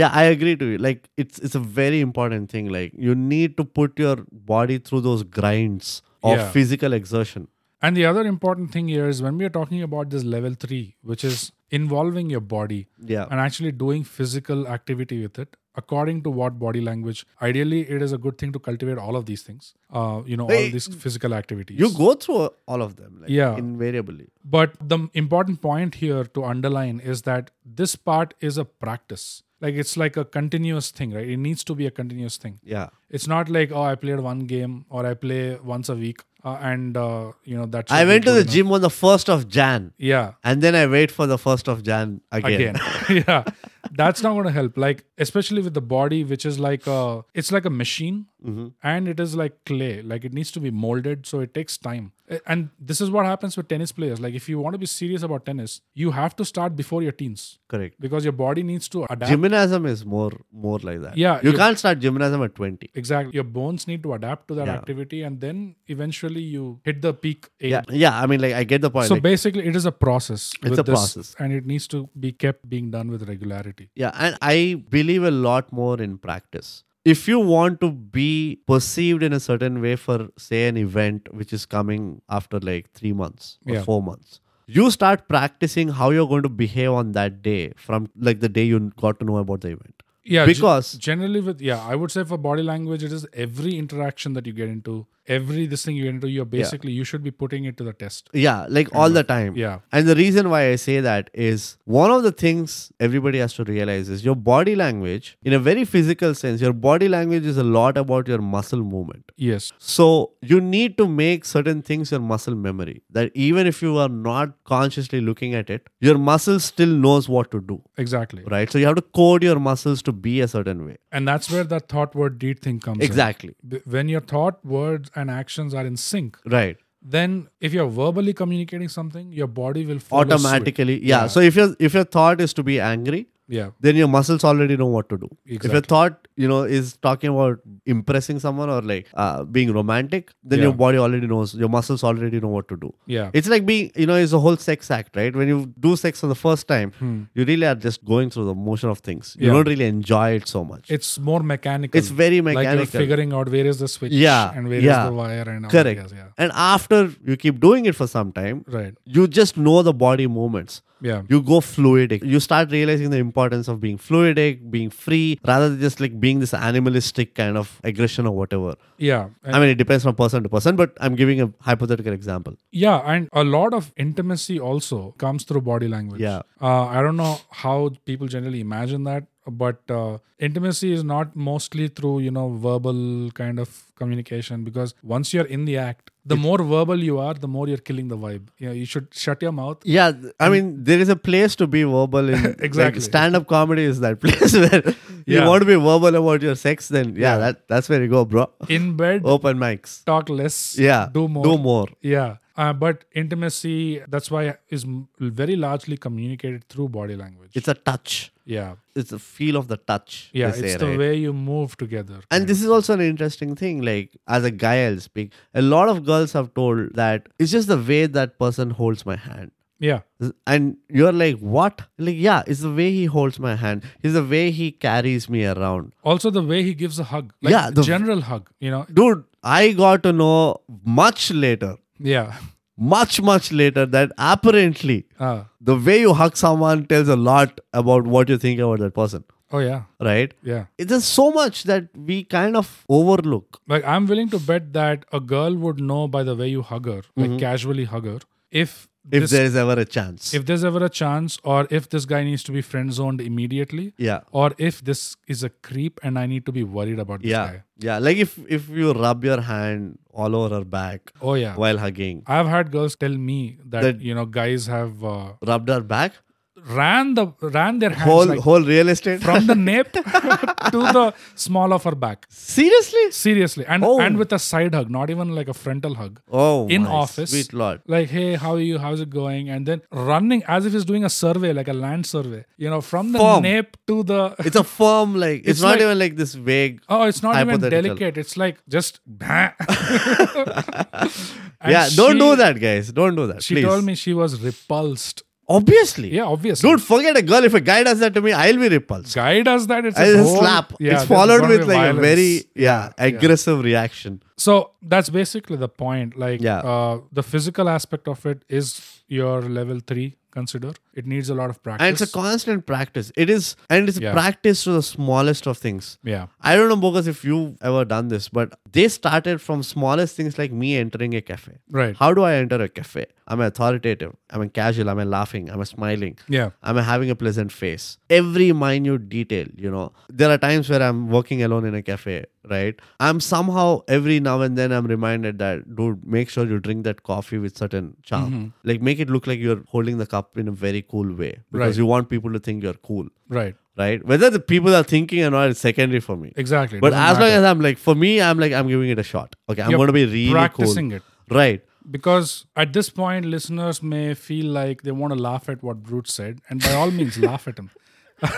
[SPEAKER 1] yeah, I agree to you. Like it's it's a very important thing. Like you need to put your body through those grinds of
[SPEAKER 2] Yeah.
[SPEAKER 1] physical exertion.
[SPEAKER 2] And the other important thing here is when we are talking about this level three, which is involving your body
[SPEAKER 1] Yeah.
[SPEAKER 2] and actually doing physical activity with it, according to what body language, ideally, it is a good thing to cultivate all of these things, uh, you know, all
[SPEAKER 1] Hey,
[SPEAKER 2] these physical activities.
[SPEAKER 1] You go through all of them, like
[SPEAKER 2] Yeah.
[SPEAKER 1] invariably.
[SPEAKER 2] But the important point here to underline is that this part is a practice. Like it's like a continuous thing, right? It needs to be a continuous thing.
[SPEAKER 1] Yeah.
[SPEAKER 2] It's not like oh, I played one game or I play once a week, uh, and uh, you know that.
[SPEAKER 1] I
[SPEAKER 2] should be
[SPEAKER 1] went to
[SPEAKER 2] good
[SPEAKER 1] the
[SPEAKER 2] enough.
[SPEAKER 1] gym on the first of Jan,
[SPEAKER 2] Yeah,
[SPEAKER 1] and then I wait for the first of Jan again.
[SPEAKER 2] again, yeah, that's not going to help. Like especially with the body, which is like a, it's like a machine,
[SPEAKER 1] Mm-hmm.
[SPEAKER 2] and it is like clay. Like it needs to be molded, so it takes time. A- And this is what happens with tennis players. Like if you want to be serious about tennis, you have to start before your teens.
[SPEAKER 1] Correct.
[SPEAKER 2] because your body needs to adapt.
[SPEAKER 1] Gymnasm is more more like that.
[SPEAKER 2] Yeah,
[SPEAKER 1] You
[SPEAKER 2] you-
[SPEAKER 1] can't start gymnasm at twenty.
[SPEAKER 2] exactly. Your bones need to adapt to that
[SPEAKER 1] Yeah.
[SPEAKER 2] activity, and then eventually you hit the peak. age.
[SPEAKER 1] Yeah. Yeah. I mean, like I get the point.
[SPEAKER 2] So
[SPEAKER 1] Like,
[SPEAKER 2] basically, it is a process.
[SPEAKER 1] It's
[SPEAKER 2] with
[SPEAKER 1] a
[SPEAKER 2] this,
[SPEAKER 1] process.
[SPEAKER 2] and it needs to be kept being done with regularity.
[SPEAKER 1] Yeah, and I believe a lot more in practice. If you want to be perceived in a certain way for, say, an event which is coming after like three months or
[SPEAKER 2] Yeah.
[SPEAKER 1] four months, you start practicing how you're going to behave on that day from like the day you got to know about the event.
[SPEAKER 2] Yeah, ge-
[SPEAKER 1] Because,
[SPEAKER 2] generally with yeah, I would say for body language, it is every interaction that you get into, every this thing you get into. You're basically you should be putting it to the test.
[SPEAKER 1] yeah, like all the time.
[SPEAKER 2] Yeah.
[SPEAKER 1] And the reason why I say that is one of the things everybody has to realize is your body language, in a very physical sense, your body language is a lot about your muscle movement.
[SPEAKER 2] Yes.
[SPEAKER 1] So you need to make certain things your muscle memory that even if you are not consciously looking at it, your muscle still knows what to do,
[SPEAKER 2] Exactly.
[SPEAKER 1] right? So you have to code your muscles to be a certain way.
[SPEAKER 2] And that's where that thought, word, deed thing comes in.
[SPEAKER 1] Exactly.
[SPEAKER 2] B- When your thought, words, and actions are in sync,
[SPEAKER 1] Right.
[SPEAKER 2] then if you're verbally communicating something, your body will follow suit.
[SPEAKER 1] Automatically. Yeah. So if your if your thought is to be angry,
[SPEAKER 2] Yeah,
[SPEAKER 1] then your muscles already know what to do. If your
[SPEAKER 2] Exactly.
[SPEAKER 1] thought, you know, is talking about impressing someone or like uh, being romantic, then your
[SPEAKER 2] Yeah.
[SPEAKER 1] body already knows, your muscles already know what to do.
[SPEAKER 2] yeah,
[SPEAKER 1] It's like being, you know, it's a whole sex act, right? When you do sex for the first time, you really are just going through the motion of things. You
[SPEAKER 2] Hmm. Yeah.
[SPEAKER 1] don't really enjoy it so much.
[SPEAKER 2] it's more mechanical.
[SPEAKER 1] It's very
[SPEAKER 2] Like you're
[SPEAKER 1] mechanical.
[SPEAKER 2] figuring out where is the switch,
[SPEAKER 1] Yeah,
[SPEAKER 2] and where is
[SPEAKER 1] yeah.
[SPEAKER 2] the wire, and all
[SPEAKER 1] Correct.
[SPEAKER 2] that, yes,
[SPEAKER 1] And after you keep doing it for some time,
[SPEAKER 2] yeah, right,
[SPEAKER 1] you just know the body movements.
[SPEAKER 2] yeah,
[SPEAKER 1] You go fluidic. You start realizing the importance of being fluidic, being free, rather than just like being this animalistic kind of aggression or whatever.
[SPEAKER 2] yeah, and,
[SPEAKER 1] I mean, it depends from person to person, but I'm giving a hypothetical example.
[SPEAKER 2] yeah, and a lot of intimacy also comes through body language.
[SPEAKER 1] Yeah.
[SPEAKER 2] uh, I don't know how people generally imagine that, but uh, intimacy is not mostly through you know verbal kind of communication because once you're in the act, the more verbal you are, the more you're killing the vibe. Yeah, you should shut your mouth.
[SPEAKER 1] Yeah, th- I mean, there is a place to be verbal in
[SPEAKER 2] Exactly.
[SPEAKER 1] stand up comedy is that place where you
[SPEAKER 2] Yeah.
[SPEAKER 1] want to be verbal about your sex, then yeah, That, that's where you go, bro.
[SPEAKER 2] In bed,
[SPEAKER 1] Open mics.
[SPEAKER 2] talk less.
[SPEAKER 1] Oh. Yeah.
[SPEAKER 2] do more.
[SPEAKER 1] Do more.
[SPEAKER 2] Yeah. Uh, but intimacy, that's why is m- very largely communicated through body language.
[SPEAKER 1] It's a touch.
[SPEAKER 2] yeah.
[SPEAKER 1] It's a feel of the touch.
[SPEAKER 2] Yeah.
[SPEAKER 1] they say,
[SPEAKER 2] It's the
[SPEAKER 1] right?
[SPEAKER 2] way you move together.
[SPEAKER 1] And this is also an interesting thing. Like, as a guy, I'll speak. A lot of girls have told that it's just the way that person holds my hand.
[SPEAKER 2] Yeah.
[SPEAKER 1] and you're like what like yeah it's the way he holds my hand it's the way he carries me around
[SPEAKER 2] Also, the way he gives a hug, like
[SPEAKER 1] Yeah, the-
[SPEAKER 2] general hug, you know.
[SPEAKER 1] dude i got to know much later
[SPEAKER 2] Yeah.
[SPEAKER 1] much much later that apparently
[SPEAKER 2] Uh,
[SPEAKER 1] the way you hug someone tells a lot about what you think about that person
[SPEAKER 2] oh yeah.
[SPEAKER 1] right
[SPEAKER 2] Yeah.
[SPEAKER 1] It- there's so much that we kind of overlook
[SPEAKER 2] Like I'm willing to bet that a girl would know by the way you hug her, like casually hug her, if
[SPEAKER 1] Mm-hmm. if
[SPEAKER 2] this,
[SPEAKER 1] there is ever a chance
[SPEAKER 2] if there's ever a chance, or if this guy needs to be friend zoned immediately,
[SPEAKER 1] yeah
[SPEAKER 2] or if this is a creep and I need to be worried about this
[SPEAKER 1] yeah
[SPEAKER 2] guy.
[SPEAKER 1] yeah like if if you rub your hand all over her back
[SPEAKER 2] Oh yeah.
[SPEAKER 1] while hugging
[SPEAKER 2] I've had girls tell me that,
[SPEAKER 1] That-
[SPEAKER 2] you know guys have uh,
[SPEAKER 1] rubbed her back
[SPEAKER 2] ran the ran their hands
[SPEAKER 1] whole
[SPEAKER 2] like,
[SPEAKER 1] whole real estate
[SPEAKER 2] from the nape to the small of her back.
[SPEAKER 1] seriously
[SPEAKER 2] Seriously, and
[SPEAKER 1] Oh.
[SPEAKER 2] and with a side hug, not even like a frontal hug.
[SPEAKER 1] oh
[SPEAKER 2] In
[SPEAKER 1] my
[SPEAKER 2] office.
[SPEAKER 1] sweet lord
[SPEAKER 2] Like, hey, how are you? How's it going? And then running as if he's doing a survey, like a land survey. You know, from the
[SPEAKER 1] Firm.
[SPEAKER 2] nape to the.
[SPEAKER 1] it's a firm like it's,
[SPEAKER 2] It's
[SPEAKER 1] not
[SPEAKER 2] like-
[SPEAKER 1] even like this vague
[SPEAKER 2] Oh, it's not even
[SPEAKER 1] Hypothetical.
[SPEAKER 2] delicate. It's like just. yeah,
[SPEAKER 1] yeah don't do that guys don't do that
[SPEAKER 2] She
[SPEAKER 1] please
[SPEAKER 2] told me she was repulsed.
[SPEAKER 1] obviously
[SPEAKER 2] Yeah, obviously.
[SPEAKER 1] Dude, forget a girl. If a guy does that to me, I'll be repulsed.
[SPEAKER 2] Guy does that. It's a
[SPEAKER 1] I'll
[SPEAKER 2] whole-
[SPEAKER 1] slap. it's
[SPEAKER 2] Yeah, there's
[SPEAKER 1] followed
[SPEAKER 2] gonna be
[SPEAKER 1] with like a
[SPEAKER 2] violence.
[SPEAKER 1] very yeah, aggressive reaction.
[SPEAKER 2] So that's basically the point. Like,
[SPEAKER 1] Yeah.
[SPEAKER 2] uh, the physical aspect of it is your level three. Consider it needs a lot of practice.
[SPEAKER 1] And it's a constant practice. It is, and it's
[SPEAKER 2] Yeah.
[SPEAKER 1] practice to the smallest of things.
[SPEAKER 2] yeah.
[SPEAKER 1] I don't know, Bogus, if you've ever done this, but they started from smallest things like me entering a cafe.
[SPEAKER 2] Right.
[SPEAKER 1] How do I enter a cafe? I'm authoritative. I'm casual. I'm laughing. I'm smiling.
[SPEAKER 2] Yeah.
[SPEAKER 1] I'm having a pleasant face. Every minute detail, you know. There are times where I'm working alone in a cafe, right? I'm somehow every now and then I'm reminded that, dude, make sure you drink that coffee with certain charm.
[SPEAKER 2] Mm-hmm.
[SPEAKER 1] Like make it look like you're holding the cup in a very cool way because
[SPEAKER 2] Right.
[SPEAKER 1] you want people to think you're cool,
[SPEAKER 2] Right.
[SPEAKER 1] right? Whether the people are thinking or not is secondary for me.
[SPEAKER 2] Exactly. It
[SPEAKER 1] But
[SPEAKER 2] doesn't
[SPEAKER 1] as long
[SPEAKER 2] matter.
[SPEAKER 1] as I'm like, for me, I'm like, I'm giving it a shot. Okay, I'm
[SPEAKER 2] You're
[SPEAKER 1] going to be really
[SPEAKER 2] practicing
[SPEAKER 1] cool.
[SPEAKER 2] it.
[SPEAKER 1] Right.
[SPEAKER 2] Because at this point, listeners may feel like they want to laugh at what Brute said, and by all means, laugh at him.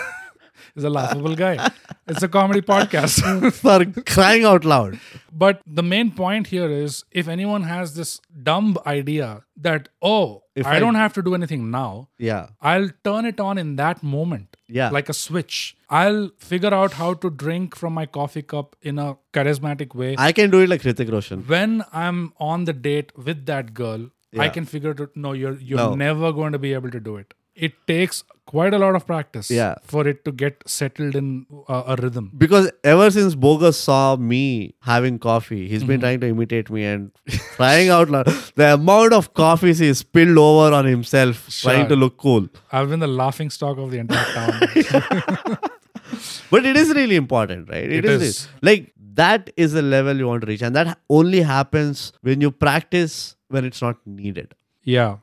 [SPEAKER 2] He's a laughable guy. It's a comedy podcast.
[SPEAKER 1] For crying out loud.
[SPEAKER 2] but the main point here is if anyone has this dumb idea that, oh,
[SPEAKER 1] If
[SPEAKER 2] I,
[SPEAKER 1] I-
[SPEAKER 2] don't have to do anything now,
[SPEAKER 1] Yeah.
[SPEAKER 2] I'll turn it on in that moment.
[SPEAKER 1] Yeah.
[SPEAKER 2] Like a switch. I'll figure out how to drink from my coffee cup in a charismatic way.
[SPEAKER 1] I can do it like Hrithik Roshan.
[SPEAKER 2] when I'm on the date with that girl, I
[SPEAKER 1] Yeah.
[SPEAKER 2] can figure it out. No, you're you're
[SPEAKER 1] No.
[SPEAKER 2] never going to be able to do it. It takes quite a lot of practice
[SPEAKER 1] Yeah.
[SPEAKER 2] for it to get settled in uh, a rhythm.
[SPEAKER 1] because ever since Bogus saw me having coffee, he's
[SPEAKER 2] Mm-hmm.
[SPEAKER 1] been trying to imitate me and crying out loud. The amount of coffees he spilled over on himself trying
[SPEAKER 2] Sure.
[SPEAKER 1] to look cool.
[SPEAKER 2] I've been the laughing stock of the entire town.
[SPEAKER 1] But it is really important, right?
[SPEAKER 2] It
[SPEAKER 1] is.
[SPEAKER 2] is.
[SPEAKER 1] really- Like, that is the level you want to reach. And that only happens when you practice when it's not needed.
[SPEAKER 2] yeah.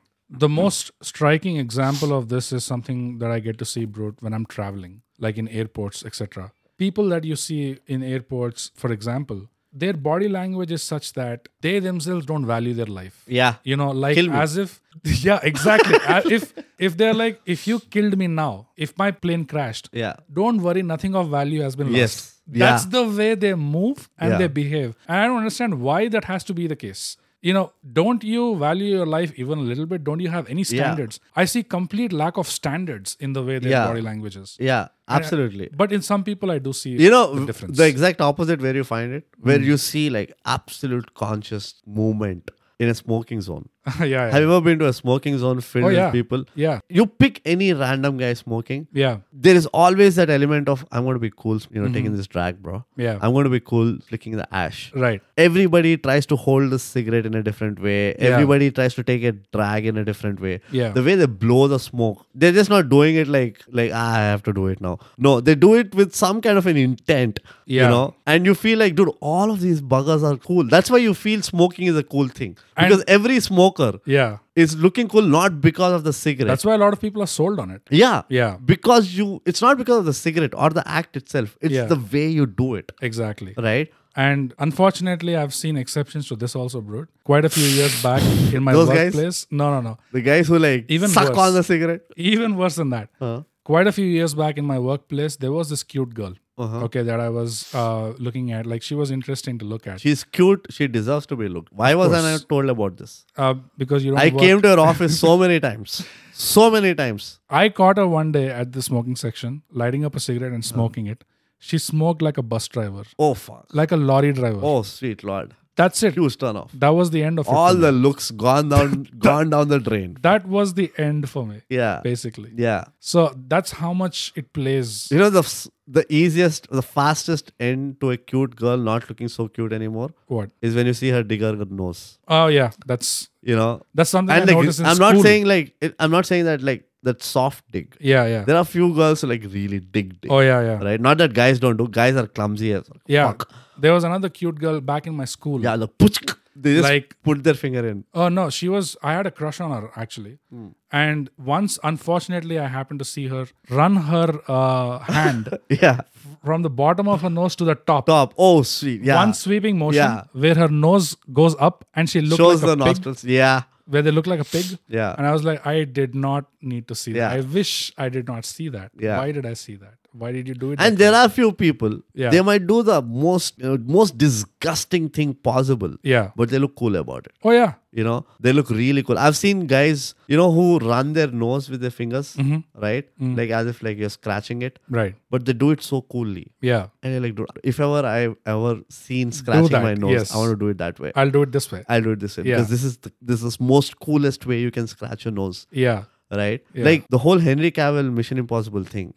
[SPEAKER 2] The most striking example of this is something that I get to see, Brute, when I'm traveling, like in airports, etc. People that you see in airports, for example, their body language is such that they themselves don't value their life.
[SPEAKER 1] Yeah.
[SPEAKER 2] you know like
[SPEAKER 1] Kill me.
[SPEAKER 2] as if yeah exactly Uh, if if they're like if you killed me now if my plane crashed
[SPEAKER 1] Yeah.
[SPEAKER 2] don't worry nothing of value has been
[SPEAKER 1] Yes.
[SPEAKER 2] lost
[SPEAKER 1] Yeah.
[SPEAKER 2] that's the way they move and
[SPEAKER 1] Yeah.
[SPEAKER 2] they behave and i don't understand why that has to be the case you know don't you value your life even a little bit don't you have any standards i see complete lack of standards in the way their
[SPEAKER 1] Yeah.
[SPEAKER 2] body languages
[SPEAKER 1] Yeah. Absolutely.
[SPEAKER 2] but in some people i do see
[SPEAKER 1] You know,
[SPEAKER 2] the
[SPEAKER 1] the,
[SPEAKER 2] difference Hmm.
[SPEAKER 1] exact opposite where you find it, where you see like absolute conscious movement in a smoking zone.
[SPEAKER 2] yeah, yeah.
[SPEAKER 1] Have you ever been to a smoking zone filled
[SPEAKER 2] Oh,
[SPEAKER 1] with
[SPEAKER 2] yeah.
[SPEAKER 1] people?
[SPEAKER 2] yeah
[SPEAKER 1] You pick any random guy smoking.
[SPEAKER 2] yeah
[SPEAKER 1] There is always that element of I'm going to be cool, you know, taking this drag, bro.
[SPEAKER 2] Mm-hmm. Yeah.
[SPEAKER 1] I'm going to be cool, flicking the ash.
[SPEAKER 2] right
[SPEAKER 1] Everybody tries to hold the cigarette in a different way. Everybody tries to take a drag in a different way.
[SPEAKER 2] Yeah.
[SPEAKER 1] The way they blow the smoke, they're just not doing it like like ah, I have to do it now. No, they do it with some kind of an intent. You
[SPEAKER 2] Yeah.
[SPEAKER 1] know, and you feel like, dude, all of these buggers are cool. That's why you feel smoking is a cool thing
[SPEAKER 2] And-
[SPEAKER 1] because every smoker
[SPEAKER 2] yeah
[SPEAKER 1] is looking cool not because of the cigarette.
[SPEAKER 2] that's why a lot of people are sold on it
[SPEAKER 1] yeah.
[SPEAKER 2] yeah
[SPEAKER 1] Because you it's not because of the cigarette or the act itself. It's
[SPEAKER 2] Yeah.
[SPEAKER 1] the way you do it.
[SPEAKER 2] exactly
[SPEAKER 1] Right?
[SPEAKER 2] And unfortunately, I've seen exceptions to this also, Brute. Quite a few years back in my
[SPEAKER 1] Those guys?
[SPEAKER 2] workplace. No, no, no.
[SPEAKER 1] The guys who like
[SPEAKER 2] Even
[SPEAKER 1] suck
[SPEAKER 2] worse.
[SPEAKER 1] on the cigarette.
[SPEAKER 2] Even worse than that.
[SPEAKER 1] Huh?
[SPEAKER 2] Quite a few years back in my workplace, there was this cute girl.
[SPEAKER 1] Uh-huh.
[SPEAKER 2] okay that i was uh, looking at like she was interesting to look at
[SPEAKER 1] She's cute. She deserves to be looked. Why was I
[SPEAKER 2] course.
[SPEAKER 1] not told about this?
[SPEAKER 2] uh, because you don't
[SPEAKER 1] I
[SPEAKER 2] work-
[SPEAKER 1] came to her office so many times. So many times.
[SPEAKER 2] i caught her one day at the smoking section lighting up a cigarette
[SPEAKER 1] Uh-huh.
[SPEAKER 2] and smoking it she smoked like a bus driver
[SPEAKER 1] Oh, fuck.
[SPEAKER 2] like a lorry driver
[SPEAKER 1] Oh, sweet lord.
[SPEAKER 2] that's it
[SPEAKER 1] Huge turn off.
[SPEAKER 2] that was the end of it
[SPEAKER 1] All
[SPEAKER 2] for me.
[SPEAKER 1] the looks gone down, gone down the drain.
[SPEAKER 2] that was the end for me
[SPEAKER 1] Yeah.
[SPEAKER 2] basically
[SPEAKER 1] Yeah.
[SPEAKER 2] so that's how much it plays
[SPEAKER 1] You know, the, f- the easiest, the fastest end to a cute girl not looking so cute anymore
[SPEAKER 2] what
[SPEAKER 1] is when you see her dig her nose.
[SPEAKER 2] oh yeah that's
[SPEAKER 1] You know?
[SPEAKER 2] that's something
[SPEAKER 1] And
[SPEAKER 2] i
[SPEAKER 1] like,
[SPEAKER 2] noticed in
[SPEAKER 1] I'm not
[SPEAKER 2] school.
[SPEAKER 1] saying like, it, I'm not saying that like, that soft dig.
[SPEAKER 2] yeah yeah
[SPEAKER 1] There are few girls who like really dig dig.
[SPEAKER 2] oh yeah yeah
[SPEAKER 1] Right? Not that guys don't do. Guys are clumsy as fuck.
[SPEAKER 2] yeah there was another cute girl back in my school
[SPEAKER 1] Yeah, the puchk. They just
[SPEAKER 2] Like-
[SPEAKER 1] put their finger in.
[SPEAKER 2] Oh no, she was. I had a crush on her actually,
[SPEAKER 1] Hmm.
[SPEAKER 2] and once, unfortunately, I happened to see her run her uh, hand
[SPEAKER 1] Yeah.
[SPEAKER 2] from the bottom of her nose to the top,
[SPEAKER 1] Top. Oh, sweet. Yeah.
[SPEAKER 2] one sweeping motion
[SPEAKER 1] Yeah.
[SPEAKER 2] where her nose goes up and she looked
[SPEAKER 1] Shows
[SPEAKER 2] like a
[SPEAKER 1] the
[SPEAKER 2] pig,
[SPEAKER 1] nostrils. Yeah.
[SPEAKER 2] where they look like a pig.
[SPEAKER 1] Yeah.
[SPEAKER 2] And I was like, I did not need to see
[SPEAKER 1] Yeah.
[SPEAKER 2] that. I wish I did not see that.
[SPEAKER 1] Yeah.
[SPEAKER 2] Why did I see that? Why did you do it?
[SPEAKER 1] And
[SPEAKER 2] that
[SPEAKER 1] there are few people.
[SPEAKER 2] Yeah.
[SPEAKER 1] They might do the most uh, most disgusting thing possible,
[SPEAKER 2] way? yeah.
[SPEAKER 1] but they look cool about it.
[SPEAKER 2] Oh yeah.
[SPEAKER 1] You know, they look really cool. I've seen guys, you know, who run their nose with their fingers,
[SPEAKER 2] Mm-hmm.
[SPEAKER 1] right? Like as if like you're scratching it,
[SPEAKER 2] Right.
[SPEAKER 1] but they do it so coolly.
[SPEAKER 2] Yeah.
[SPEAKER 1] And you're like, dude, if ever I've ever seen scratching
[SPEAKER 2] that,
[SPEAKER 1] my nose,
[SPEAKER 2] yes.
[SPEAKER 1] I want to do it that way.
[SPEAKER 2] I'll do it this way.
[SPEAKER 1] I'll do it this way
[SPEAKER 2] Yeah.
[SPEAKER 1] because this is the, this is most coolest way you can scratch your nose,
[SPEAKER 2] yeah.
[SPEAKER 1] right?
[SPEAKER 2] Yeah. Mm-hmm.
[SPEAKER 1] Like the whole Henry Cavill Mission Impossible thing,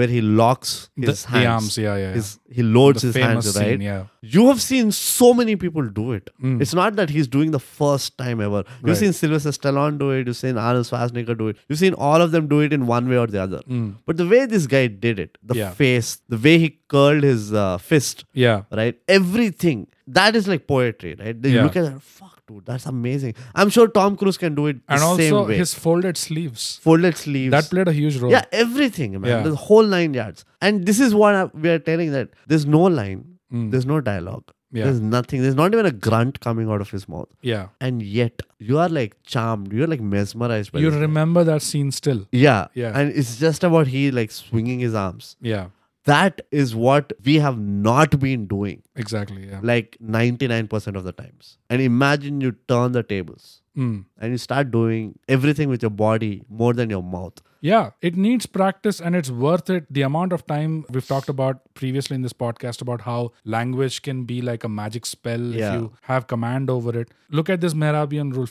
[SPEAKER 1] where he locks
[SPEAKER 2] The,
[SPEAKER 1] his
[SPEAKER 2] the
[SPEAKER 1] hands,
[SPEAKER 2] arms. Yeah. Yeah. yeah.
[SPEAKER 1] his, he loads
[SPEAKER 2] The
[SPEAKER 1] his
[SPEAKER 2] famous
[SPEAKER 1] hands,
[SPEAKER 2] scene.
[SPEAKER 1] right?
[SPEAKER 2] Yeah. Hmm.
[SPEAKER 1] You have seen so many people do it. It's not that he's doing the first time ever. You've
[SPEAKER 2] Right.
[SPEAKER 1] seen Sylvester Stallone do it. You've seen Arnold Schwarzenegger do it. You've seen all of them do it in one way or the other. But the way this guy did it, the
[SPEAKER 2] Hmm. Yeah.
[SPEAKER 1] face, the way he curled his uh, fist,
[SPEAKER 2] Yeah.
[SPEAKER 1] right? Everything that is like poetry, right? Then You
[SPEAKER 2] Yeah.
[SPEAKER 1] look at that, fuck, dude, that's amazing. I'm sure Tom Cruise can do it the
[SPEAKER 2] and also
[SPEAKER 1] same way.
[SPEAKER 2] his folded sleeves
[SPEAKER 1] folded sleeves.
[SPEAKER 2] that played a huge role
[SPEAKER 1] yeah, everything, man.
[SPEAKER 2] Yeah.
[SPEAKER 1] The whole nine yards. And this is what I, we are telling that there's no line,
[SPEAKER 2] Mm.
[SPEAKER 1] there's no dialogue,
[SPEAKER 2] Yeah.
[SPEAKER 1] there's nothing, there's not even a grunt coming out of his mouth.
[SPEAKER 2] yeah
[SPEAKER 1] And yet, you are like charmed, you're like mesmerized by
[SPEAKER 2] you
[SPEAKER 1] this.
[SPEAKER 2] remember that scene still
[SPEAKER 1] yeah.
[SPEAKER 2] Yeah.
[SPEAKER 1] And it's just about he like swinging his arms.
[SPEAKER 2] yeah
[SPEAKER 1] That is what we have not been doing
[SPEAKER 2] exactly yeah
[SPEAKER 1] like 99% of the times. And imagine you turn the tables
[SPEAKER 2] Mm.
[SPEAKER 1] and you start doing everything with your body more than your mouth.
[SPEAKER 2] yeah it needs practice and it's worth it the amount of time we've talked about previously in this podcast about how language can be like a magic spell
[SPEAKER 1] Yeah.
[SPEAKER 2] if you have command over it look at this mehrabian rule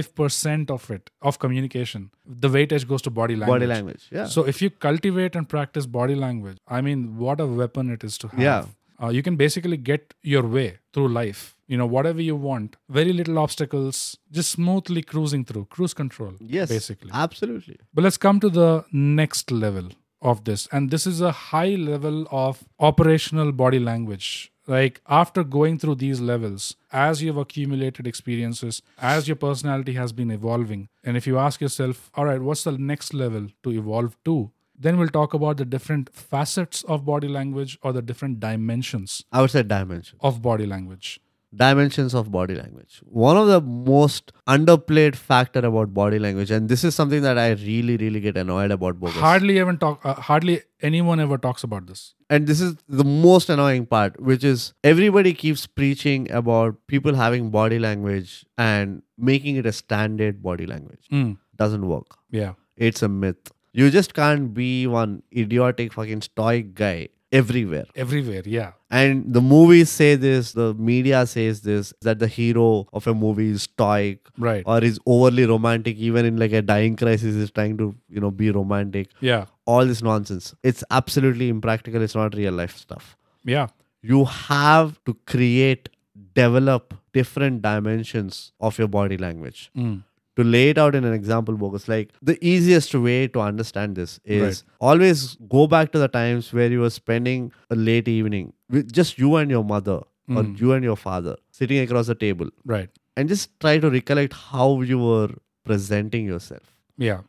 [SPEAKER 2] 55% of it of communication the weightage goes to body language
[SPEAKER 1] Body language. Yeah.
[SPEAKER 2] So if you cultivate and practice body language, I mean, what a weapon it is to have.
[SPEAKER 1] Yeah.
[SPEAKER 2] Uh, you can basically get your way through life. You know, whatever you want, very little obstacles, just smoothly cruising through, cruise control.
[SPEAKER 1] yes.
[SPEAKER 2] Basically.
[SPEAKER 1] Absolutely.
[SPEAKER 2] But let's come to the next level of this. And this is a high level of operational body language. Like after going through these levels, as you've accumulated experiences, as your personality has been evolving, and if you ask yourself, all right, what's the next level to evolve to? Then we'll talk about the different facets of body language or the different dimensions
[SPEAKER 1] I would say dimension.
[SPEAKER 2] of body language.
[SPEAKER 1] Dimensions of body language. One of the most underplayed factor about body language, and this is something that I really, really get annoyed about bogus.
[SPEAKER 2] Hardly even talk. Uh, hardly anyone ever talks about this.
[SPEAKER 1] and this is the most annoying part, which is everybody keeps preaching about people having body language and making it a standard body language.
[SPEAKER 2] Mm,
[SPEAKER 1] Doesn't work.
[SPEAKER 2] yeah,
[SPEAKER 1] It's a myth. You just can't be one idiotic fucking stoic guy everywhere.
[SPEAKER 2] everywhere. Yeah,
[SPEAKER 1] And the movies say this, the media says this, that the hero of a movie is stoic
[SPEAKER 2] right.
[SPEAKER 1] or is overly romantic, even in like a dying crisis, is trying to, you know, be romantic.
[SPEAKER 2] Yeah,
[SPEAKER 1] All this nonsense. It's absolutely impractical. It's not real life stuff.
[SPEAKER 2] yeah.
[SPEAKER 1] You have to create, develop different dimensions of your body language
[SPEAKER 2] Mm.
[SPEAKER 1] to lay it out in an example bogus like the easiest way to understand this is
[SPEAKER 2] Right.
[SPEAKER 1] always go back to the times where you were spending a late evening with just you and your mother or you and your father sitting across the table
[SPEAKER 2] Right.
[SPEAKER 1] and just try to recollect how you were presenting yourself
[SPEAKER 2] Yeah.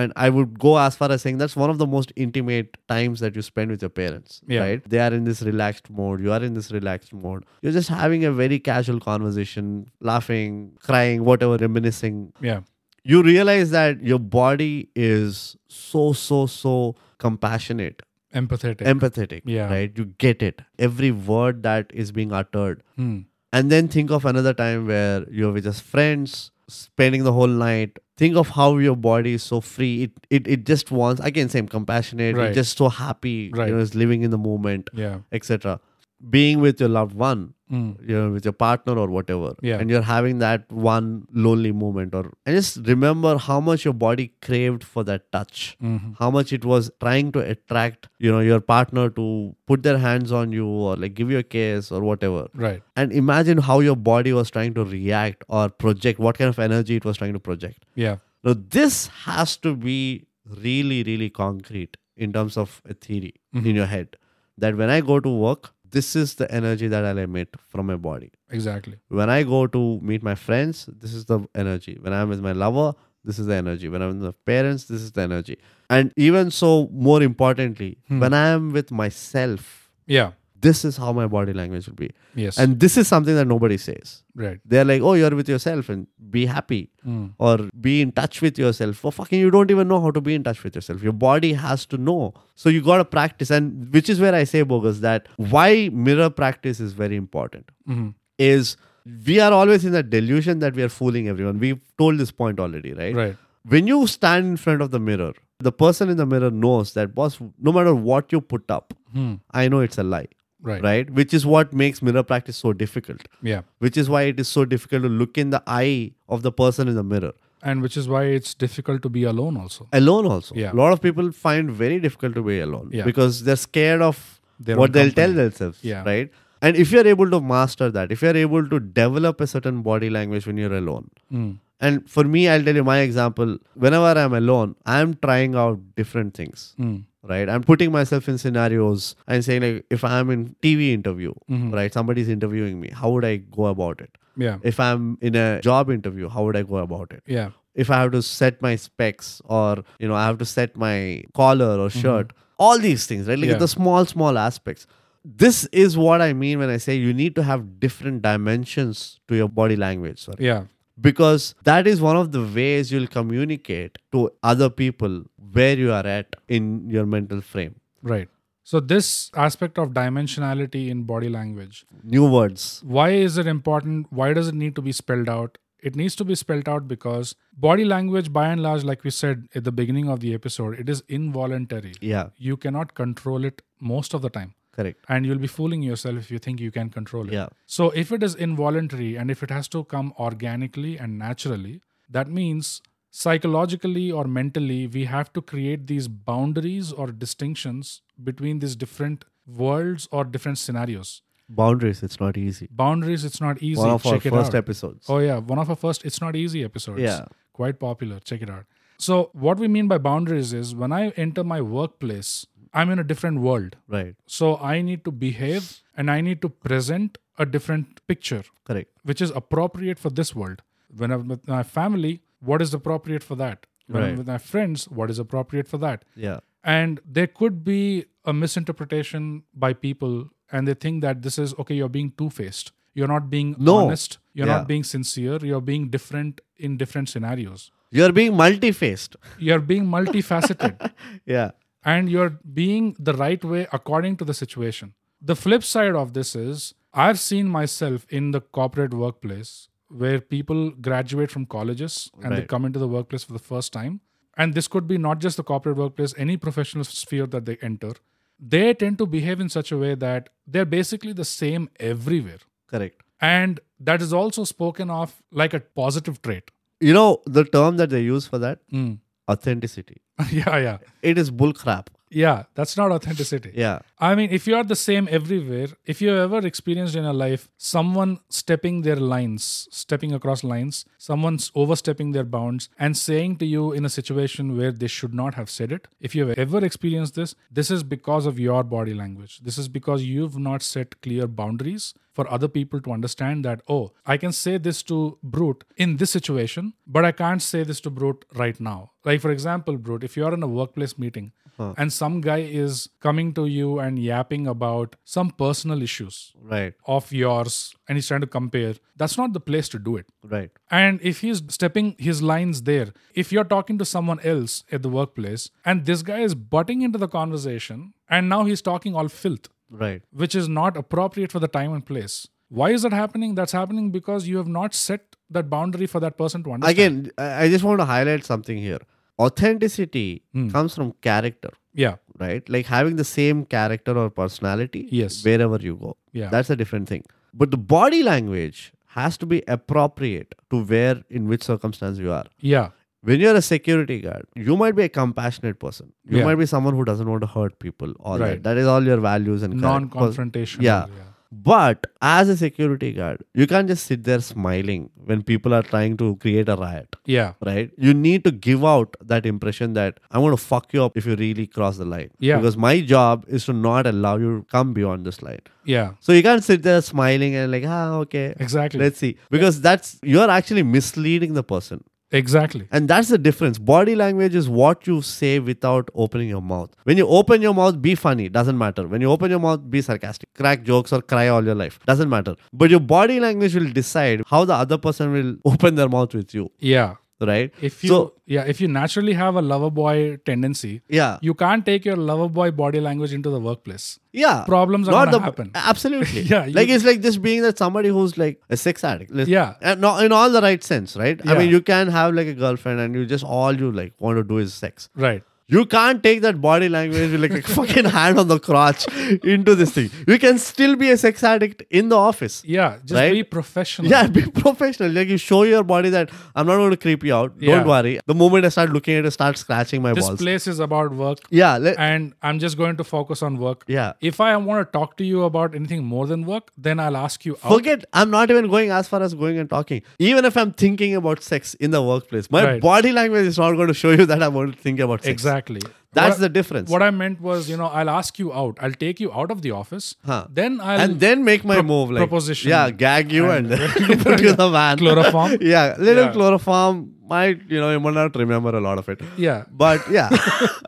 [SPEAKER 1] and I would go as far as saying that's one of the most intimate times that you spend with your parents.
[SPEAKER 2] Yeah.
[SPEAKER 1] Right? They are in this relaxed mode. You are in this relaxed mode. You're just having a very casual conversation, laughing, crying, whatever, reminiscing.
[SPEAKER 2] Yeah.
[SPEAKER 1] You realize that your body is so, so, so compassionate
[SPEAKER 2] empathetic.
[SPEAKER 1] empathetic
[SPEAKER 2] Yeah.
[SPEAKER 1] right you get it every word that is being uttered
[SPEAKER 2] Hmm.
[SPEAKER 1] and then think of another time where you're with just friends spending the whole night think of how your body is so free it it, it just wants again same compassionate
[SPEAKER 2] Right.
[SPEAKER 1] it's just so happy
[SPEAKER 2] Right.
[SPEAKER 1] you know it's living in the moment
[SPEAKER 2] Yeah.
[SPEAKER 1] etc being with your loved one
[SPEAKER 2] Hmm.
[SPEAKER 1] you know with your partner or whatever
[SPEAKER 2] Yeah.
[SPEAKER 1] and you're having that one lonely moment or and just remember how much your body craved for that touch
[SPEAKER 2] Mhm.
[SPEAKER 1] how much it was trying to attract you know your partner to put their hands on you or like give you a kiss or whatever
[SPEAKER 2] Right.
[SPEAKER 1] and imagine how your body was trying to react or project what kind of energy it was trying to project
[SPEAKER 2] Yeah.
[SPEAKER 1] now this has to be really really concrete in terms of a theory in your head that when i go to work this is the energy that i'll emit from my body
[SPEAKER 2] Exactly.
[SPEAKER 1] when I go to meet my friends, this is the energy. When I'm with my lover, this is the energy. When I'm with my parents, this is the energy. And even so, more importantly, when I'm with myself,
[SPEAKER 2] Yeah.
[SPEAKER 1] this is how my body language will be.
[SPEAKER 2] Yes.
[SPEAKER 1] And this is something that nobody says.
[SPEAKER 2] right.
[SPEAKER 1] They're like, oh, you're with yourself and be happy
[SPEAKER 2] Mm.
[SPEAKER 1] or be in touch with yourself. Or fucking, you don't even know how to be in touch with yourself. Your body has to know. So you got to practice. And which is where I say, Bogus, that why mirror practice is very important
[SPEAKER 2] Mhm.
[SPEAKER 1] is we are always in that delusion that we are fooling everyone. We've told this point already, right?
[SPEAKER 2] Right.
[SPEAKER 1] When you stand in front of the mirror, the person in the mirror knows that, boss, no matter what you put up,
[SPEAKER 2] Hmm.
[SPEAKER 1] I know it's a lie,
[SPEAKER 2] Right.
[SPEAKER 1] right? Which is what makes mirror practice so difficult,
[SPEAKER 2] Yeah.
[SPEAKER 1] which is why it is so difficult to look in the eye of the person in the mirror.
[SPEAKER 2] And which is why it's difficult to be alone also.
[SPEAKER 1] Alone, also.
[SPEAKER 2] Yeah.
[SPEAKER 1] A lot of people find very difficult to be alone
[SPEAKER 2] Yeah.
[SPEAKER 1] because they're scared of
[SPEAKER 2] Their
[SPEAKER 1] what
[SPEAKER 2] own
[SPEAKER 1] they'll
[SPEAKER 2] company.
[SPEAKER 1] tell themselves,
[SPEAKER 2] Yeah.
[SPEAKER 1] right? And if you're able to master that, if you're able to develop a certain body language when you're alone,
[SPEAKER 2] Hmm.
[SPEAKER 1] And for me, I'll tell you my example. Whenever I'm alone, I'm trying out different things,
[SPEAKER 2] Hmm.
[SPEAKER 1] right? I'm putting myself in scenarios and saying, like, if I'm in TV interview,
[SPEAKER 2] Hmm.
[SPEAKER 1] right? Somebody's interviewing me. How would I go about it?
[SPEAKER 2] Yeah.
[SPEAKER 1] If I'm in a job interview, how would I go about it?
[SPEAKER 2] Yeah.
[SPEAKER 1] If I have to set my specs or, you know, I have to set my collar or shirt, all these things, right? Like
[SPEAKER 2] Mm-hmm. Yeah.
[SPEAKER 1] the small, small aspects. This is what I mean when I say you need to have different dimensions to your body language. Sorry
[SPEAKER 2] Yeah.
[SPEAKER 1] because that is one of the ways you'll communicate to other people where you are at in your mental frame
[SPEAKER 2] Right. So this aspect of dimensionality in body language
[SPEAKER 1] new words
[SPEAKER 2] why is it important why does it need to be spelled out it needs to be spelled out because body language by and large like we said at the beginning of the episode it is involuntary
[SPEAKER 1] yeah
[SPEAKER 2] you cannot control it most of the time
[SPEAKER 1] correct
[SPEAKER 2] and you'll be fooling yourself if you think you can control it
[SPEAKER 1] Yeah.
[SPEAKER 2] so if it is involuntary and if it has to come organically and naturally that means psychologically or mentally we have to create these boundaries or distinctions between these different worlds or different scenarios
[SPEAKER 1] boundaries it's not easy
[SPEAKER 2] boundaries it's not easy
[SPEAKER 1] one of
[SPEAKER 2] check it
[SPEAKER 1] our first
[SPEAKER 2] out
[SPEAKER 1] episodes
[SPEAKER 2] oh yeah one of our first it's not easy episodes
[SPEAKER 1] Yeah.
[SPEAKER 2] quite popular check it out so what we mean by boundaries is when i enter my workplace i'm in a different world
[SPEAKER 1] right
[SPEAKER 2] so i need to behave and i need to present a different picture
[SPEAKER 1] correct
[SPEAKER 2] which is appropriate for this world when i'm with my family what is appropriate for that when i'm
[SPEAKER 1] Right.
[SPEAKER 2] with my friends what is appropriate for that
[SPEAKER 1] yeah
[SPEAKER 2] and there could be a misinterpretation by people and they think that this is okay you're being two-faced you're not being
[SPEAKER 1] No.
[SPEAKER 2] honest you're
[SPEAKER 1] Yeah.
[SPEAKER 2] not being sincere you're being different in different scenarios
[SPEAKER 1] you're being multifaced
[SPEAKER 2] you're being multifaceted
[SPEAKER 1] yeah
[SPEAKER 2] and you're being the right way according to the situation the flip side of this is i've seen myself in the corporate workplace where people graduate from colleges and they
[SPEAKER 1] Right.
[SPEAKER 2] come into the workplace for the first time and this could be not just the corporate workplace any professional sphere that they enter they tend to behave in such a way that they're basically the same everywhere
[SPEAKER 1] correct
[SPEAKER 2] and that is also spoken of like a positive trait
[SPEAKER 1] you know the term that they use for that
[SPEAKER 2] Mm.
[SPEAKER 1] authenticity
[SPEAKER 2] yeah yeah
[SPEAKER 1] it is bull crap
[SPEAKER 2] yeah that's not authenticity
[SPEAKER 1] yeah
[SPEAKER 2] I mean, if you are the same everywhere, if you have ever experienced in your life someone stepping their lines, stepping across lines, someone's overstepping their bounds and saying to you in a situation where they should not have said it, if you have ever experienced this, this is because of your body language. This is because you've not set clear boundaries for other people to understand that, oh, I can say this to Brute in this situation, but I can't say this to Brute right now. Like, for example, Brute, if you are in a workplace meeting and some guy is coming to you and yapping about some personal issues
[SPEAKER 1] right
[SPEAKER 2] of yours and he's trying to compare, that's not the place to do it.
[SPEAKER 1] right
[SPEAKER 2] And if he's stepping his lines there, if you're talking to someone else at the workplace and this guy is butting into the conversation And now he's talking all filth,
[SPEAKER 1] Right.
[SPEAKER 2] which is not appropriate for the time and place. Why is that happening? That's happening because you have not set that boundary for that person to understand.
[SPEAKER 1] Again, I I just want to highlight something here. Authenticity
[SPEAKER 2] Hmm.
[SPEAKER 1] comes from character,
[SPEAKER 2] yeah,
[SPEAKER 1] right? Like having the same character or personality
[SPEAKER 2] Yes.
[SPEAKER 1] wherever you go.
[SPEAKER 2] yeah,
[SPEAKER 1] That's a different thing. But the body language has to be appropriate to where in which circumstance you are.
[SPEAKER 2] yeah,
[SPEAKER 1] When you're a security guard, you might be a compassionate person. You
[SPEAKER 2] Yeah.
[SPEAKER 1] might be someone who doesn't want to hurt people. All
[SPEAKER 2] Right.
[SPEAKER 1] that. That is all your values and character.
[SPEAKER 2] non-confrontational.
[SPEAKER 1] Yeah. But as a security guard, you can't just sit there smiling when people are trying to create a riot,
[SPEAKER 2] yeah,
[SPEAKER 1] right? You need to give out that impression that I'm going to fuck you up if you really cross the line.
[SPEAKER 2] Yeah.
[SPEAKER 1] Because my job is to not allow you to come beyond this line.
[SPEAKER 2] yeah.
[SPEAKER 1] So you can't sit there smiling and like, ah, okay.
[SPEAKER 2] Exactly.
[SPEAKER 1] Let's see. Because that's, you're actually misleading the person.
[SPEAKER 2] exactly.
[SPEAKER 1] And that's the difference. Body language is what you say without opening your mouth. When you open your mouth, be funny. Doesn't matter. When you open your mouth, be sarcastic. Crack jokes or cry all your life. Doesn't matter. But your body language will decide how the other person will open their mouth with you,
[SPEAKER 2] Yeah.
[SPEAKER 1] right?
[SPEAKER 2] If you
[SPEAKER 1] So-
[SPEAKER 2] yeah, if you naturally have a lover boy tendency,
[SPEAKER 1] Yeah.
[SPEAKER 2] you can't take your lover boy body language into the workplace.
[SPEAKER 1] Yeah.
[SPEAKER 2] Problems are
[SPEAKER 1] Not
[SPEAKER 2] gonna
[SPEAKER 1] the-
[SPEAKER 2] happen.
[SPEAKER 1] Absolutely.
[SPEAKER 2] Yeah, you-
[SPEAKER 1] like it's like just being that somebody who's like a sex addict. Let's-
[SPEAKER 2] Yeah.
[SPEAKER 1] And no, in all the right sense, right? I
[SPEAKER 2] Yeah.
[SPEAKER 1] mean, you can have like a girlfriend and you just all you like want to do is sex.
[SPEAKER 2] Right.
[SPEAKER 1] You can't take that body language with like a fucking hand on the crotch into this thing. You can still be a sex addict in the office.
[SPEAKER 2] Yeah. Just
[SPEAKER 1] Right?
[SPEAKER 2] be professional.
[SPEAKER 1] Yeah, be professional. Like you show your body that I'm not going to creep you out.
[SPEAKER 2] Yeah.
[SPEAKER 1] Don't worry. The moment I start looking at it, start scratching my
[SPEAKER 2] This
[SPEAKER 1] balls.
[SPEAKER 2] place is about work
[SPEAKER 1] yeah, let,
[SPEAKER 2] and I'm just going to focus on work.
[SPEAKER 1] yeah.
[SPEAKER 2] If I want to talk to you about anything more than work, then I'll ask you out.
[SPEAKER 1] Forget. I'm not even going as far as going and talking. Even if I'm thinking about sex in the workplace, my
[SPEAKER 2] Right.
[SPEAKER 1] body language is not going to show you that I'm going to think about sex.
[SPEAKER 2] Exactly.
[SPEAKER 1] That's
[SPEAKER 2] What-
[SPEAKER 1] the difference.
[SPEAKER 2] What I meant was, you know, I'll ask you out. I'll take you out of the office.
[SPEAKER 1] Huh.
[SPEAKER 2] Then I'll
[SPEAKER 1] and then make my
[SPEAKER 2] Pro-
[SPEAKER 1] move like
[SPEAKER 2] proposition.
[SPEAKER 1] yeah gag you and, then put you in the van
[SPEAKER 2] Chloroform?
[SPEAKER 1] yeah little
[SPEAKER 2] Yeah.
[SPEAKER 1] chloroform might you know you might not remember a lot of it
[SPEAKER 2] yeah.
[SPEAKER 1] but yeah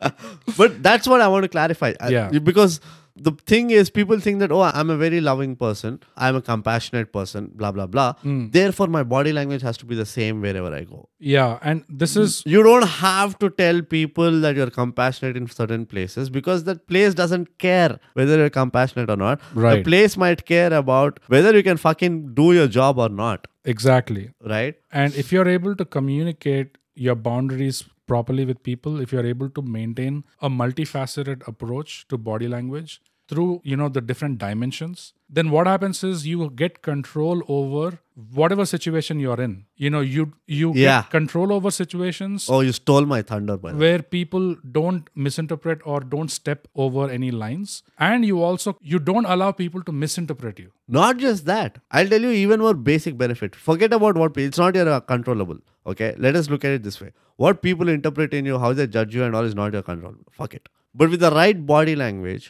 [SPEAKER 1] but that's what i want to clarify I-
[SPEAKER 2] Yeah.
[SPEAKER 1] because the thing is people think that oh i'm a very loving person i'm a compassionate person blah blah blah
[SPEAKER 2] Hmm.
[SPEAKER 1] therefore my body language has to be the same wherever i go
[SPEAKER 2] Yeah. And this is
[SPEAKER 1] you don't have to tell people that you're compassionate in certain places because that place doesn't care whether you're compassionate or not. The
[SPEAKER 2] Right.
[SPEAKER 1] place might care about whether you can fucking do your job or not,
[SPEAKER 2] exactly.
[SPEAKER 1] right?
[SPEAKER 2] And if you're able to communicate your boundaries properly with people, if you're able to maintain a multifaceted approach to body language through, you know, the different dimensions, then what happens is you get control over whatever situation you're in. You know, you you
[SPEAKER 1] Yeah.
[SPEAKER 2] get control over situations
[SPEAKER 1] Oh, you stole my thunder, by the way.
[SPEAKER 2] where people don't misinterpret or don't step over any lines and you also you don't allow people to misinterpret you
[SPEAKER 1] Not just that. I'll tell you even more basic benefit. Forget about what it's not your uh, controllable. Okay, let us look at it this way: what people interpret in you, how they judge you, and all is not your control. Fuck it. But with the right body language,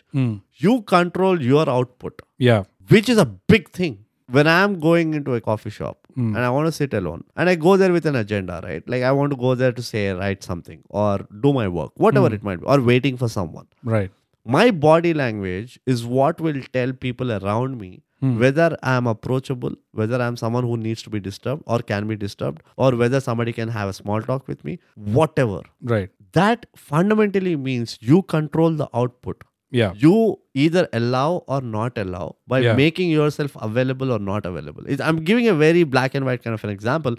[SPEAKER 1] you control your output.
[SPEAKER 2] Hmm. yeah
[SPEAKER 1] which is a big thing. When I'm going into a coffee shop and I want to sit alone, and I go there with an agenda, right? Like I want to go there to say, write something or do my work, whatever it might be, or waiting for someone.
[SPEAKER 2] right
[SPEAKER 1] My body language is what will tell people around me whether I'm approachable, whether I'm someone who needs to be disturbed or can be disturbed, or whether somebody can have a small talk with me, whatever.
[SPEAKER 2] right
[SPEAKER 1] That fundamentally means you control the output
[SPEAKER 2] yeah
[SPEAKER 1] you either allow or not allow by
[SPEAKER 2] Yeah.
[SPEAKER 1] making yourself available or not available. It's, I'm giving a very black and white kind of an example,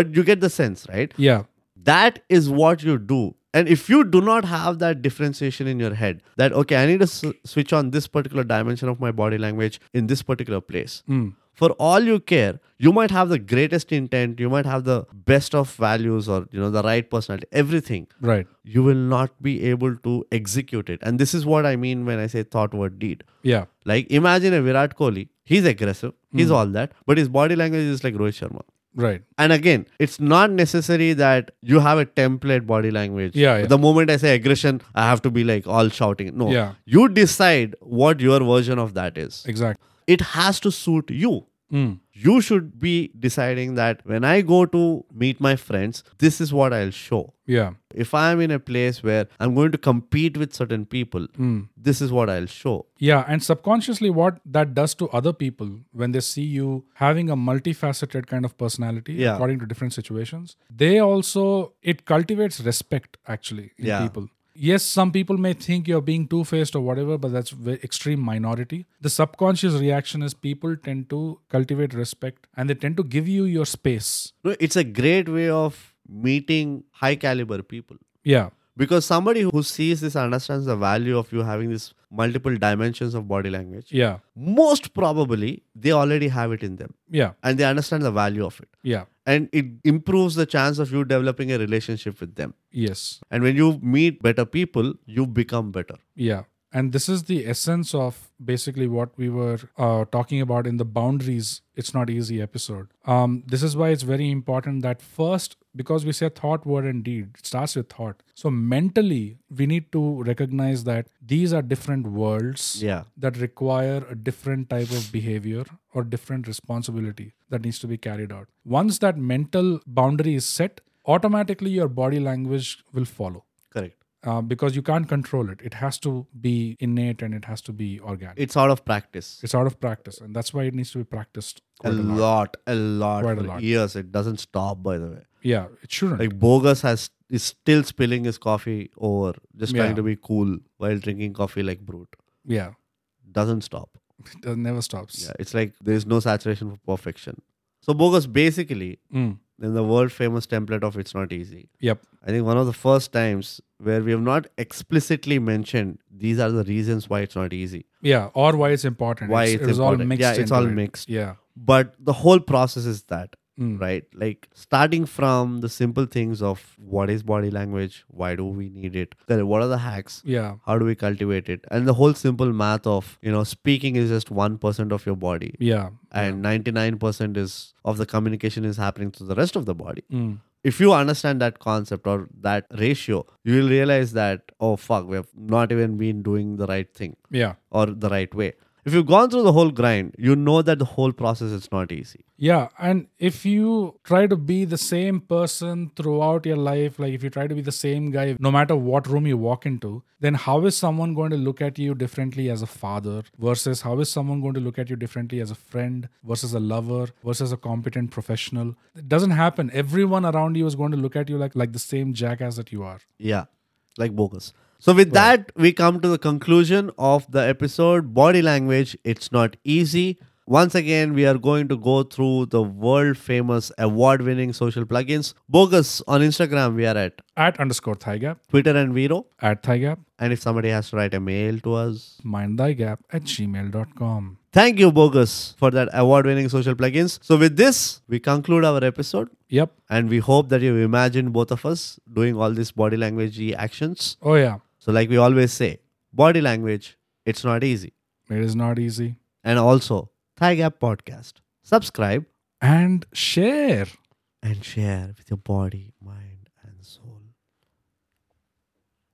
[SPEAKER 1] but you get the sense, right?
[SPEAKER 2] yeah
[SPEAKER 1] That is what you do. And if you do not have that differentiation in your head, that, okay, I need to s- switch on this particular dimension of my body language in this particular place. For all you care, you might have the greatest intent, you might have the best of values or, you know, the right personality, everything
[SPEAKER 2] right
[SPEAKER 1] you will not be able to execute it. And this is what I mean when I say thought, word, deed.
[SPEAKER 2] yeah
[SPEAKER 1] Like imagine a Virat Kohli. He's aggressive. He's
[SPEAKER 2] Hmm.
[SPEAKER 1] all that. But his body language is like Rohit Sharma.
[SPEAKER 2] right
[SPEAKER 1] And again, it's not necessary that you have a template body language.
[SPEAKER 2] Yeah, yeah.
[SPEAKER 1] The moment I say aggression, I have to be like all shouting. No.
[SPEAKER 2] Yeah.
[SPEAKER 1] You decide what your version of that is.
[SPEAKER 2] exactly
[SPEAKER 1] It has to suit you.
[SPEAKER 2] Mm.
[SPEAKER 1] You should be deciding that when I go to meet my friends, this is what I'll show
[SPEAKER 2] Yeah.
[SPEAKER 1] if i'm in a place where i'm going to compete with certain people this is what i'll show
[SPEAKER 2] Yeah. And subconsciously, what that does to other people when they see you having a multifaceted kind of personality
[SPEAKER 1] Yeah.
[SPEAKER 2] according to different situations, they also, it cultivates respect actually in
[SPEAKER 1] Yeah.
[SPEAKER 2] people. Yes, some people may think you're being two faced or whatever, but that's ve- extreme minority. The subconscious reaction is people tend to cultivate respect and they tend to give you your space.
[SPEAKER 1] No, it's a great way of meeting high caliber people.
[SPEAKER 2] Yeah.
[SPEAKER 1] Because somebody who sees this understands the value of you having these multiple dimensions of body language.
[SPEAKER 2] Yeah.
[SPEAKER 1] Most probably, they already have it in them
[SPEAKER 2] Yeah.
[SPEAKER 1] and they understand the value of it.
[SPEAKER 2] Yeah.
[SPEAKER 1] And it improves the chance of you developing a relationship with them.
[SPEAKER 2] Yes.
[SPEAKER 1] And when you meet better people, you become better.
[SPEAKER 2] Yeah. And this is the essence of basically what we were uh, talking about in the boundaries. It's not easy episode. Um, this is why it's very important that first, because we say thought, word, and deed, it starts with thought. So mentally, we need to recognize that these are different worlds
[SPEAKER 1] Yeah.
[SPEAKER 2] that require a different type of behavior or different responsibility that needs to be carried out. Once that mental boundary is set, automatically your body language will follow
[SPEAKER 1] Correct.
[SPEAKER 2] uh, because you can't control it. It has to be innate and it has to be organic.
[SPEAKER 1] It's out of practice.
[SPEAKER 2] It's out of practice, and that's why it needs to be practiced.
[SPEAKER 1] A
[SPEAKER 2] Quite a lot.
[SPEAKER 1] lot, a lot,
[SPEAKER 2] Quite a
[SPEAKER 1] for
[SPEAKER 2] lot.
[SPEAKER 1] years. It doesn't stop, by the way.
[SPEAKER 2] Yeah, it shouldn't.
[SPEAKER 1] Like Bogus has is still spilling his coffee over, just trying
[SPEAKER 2] Yeah.
[SPEAKER 1] to be cool while drinking coffee like brute.
[SPEAKER 2] yeah,
[SPEAKER 1] Doesn't stop.
[SPEAKER 2] it never stops.
[SPEAKER 1] Yeah, it's like there is no saturation for perfection. So Bogus basically
[SPEAKER 2] Mm.
[SPEAKER 1] in the world famous template of it's not easy.
[SPEAKER 2] Yep.
[SPEAKER 1] I think one of the first times where we have not explicitly mentioned these are the reasons why it's not easy.
[SPEAKER 2] Yeah, or why it's important.
[SPEAKER 1] Why
[SPEAKER 2] it's,
[SPEAKER 1] it's
[SPEAKER 2] it was all
[SPEAKER 1] important.
[SPEAKER 2] mixed.
[SPEAKER 1] Yeah, it's
[SPEAKER 2] into
[SPEAKER 1] all
[SPEAKER 2] it.
[SPEAKER 1] mixed.
[SPEAKER 2] Yeah.
[SPEAKER 1] But the whole process is that
[SPEAKER 2] Mm.
[SPEAKER 1] right? Like starting from the simple things of what is body language, why do we need it, Correct. what are the hacks,
[SPEAKER 2] Yeah.
[SPEAKER 1] how do we cultivate it, and the whole simple math of you know speaking is just one percent of your body,
[SPEAKER 2] Yeah.
[SPEAKER 1] and ninety nine percent is of the communication is happening to the rest of the body.
[SPEAKER 2] Mm.
[SPEAKER 1] If you understand that concept or that ratio, you will realize that oh fuck, we have not even been doing the right thing
[SPEAKER 2] Yeah.
[SPEAKER 1] or the right way. If you've gone through the whole grind, you know that the whole process is not easy.
[SPEAKER 2] Yeah, and if you try to be the same person throughout your life, like if you try to be the same guy, no matter what room you walk into, then how is someone going to look at you differently as a father versus how is someone going to look at you differently as a friend versus a lover versus a competent professional? It doesn't happen. Everyone around you is going to look at you like like the same jackass that you are.
[SPEAKER 1] Yeah, like bogus. So with that, we come to the conclusion of the episode. Body language, it's not easy. Once again, we are going to go through the world famous award winning social plugins. Bogus on Instagram, we are at
[SPEAKER 2] At underscore thigh gap,
[SPEAKER 1] Twitter and Vero.
[SPEAKER 2] at thigh gap,
[SPEAKER 1] And if somebody has to write a mail to us,
[SPEAKER 2] mind thy gap at gmail.com.
[SPEAKER 1] thank you, Bogus, for that award winning social plugins. So with this, we conclude our episode.
[SPEAKER 2] Yep.
[SPEAKER 1] And we hope that you imagine both of us doing all these body language actions.
[SPEAKER 2] Oh yeah.
[SPEAKER 1] So, like we always say, body language, it's not easy.
[SPEAKER 2] It is not easy.
[SPEAKER 1] and also Thigh Gap Podcast. Subscribe
[SPEAKER 2] And share.
[SPEAKER 1] and share with your body.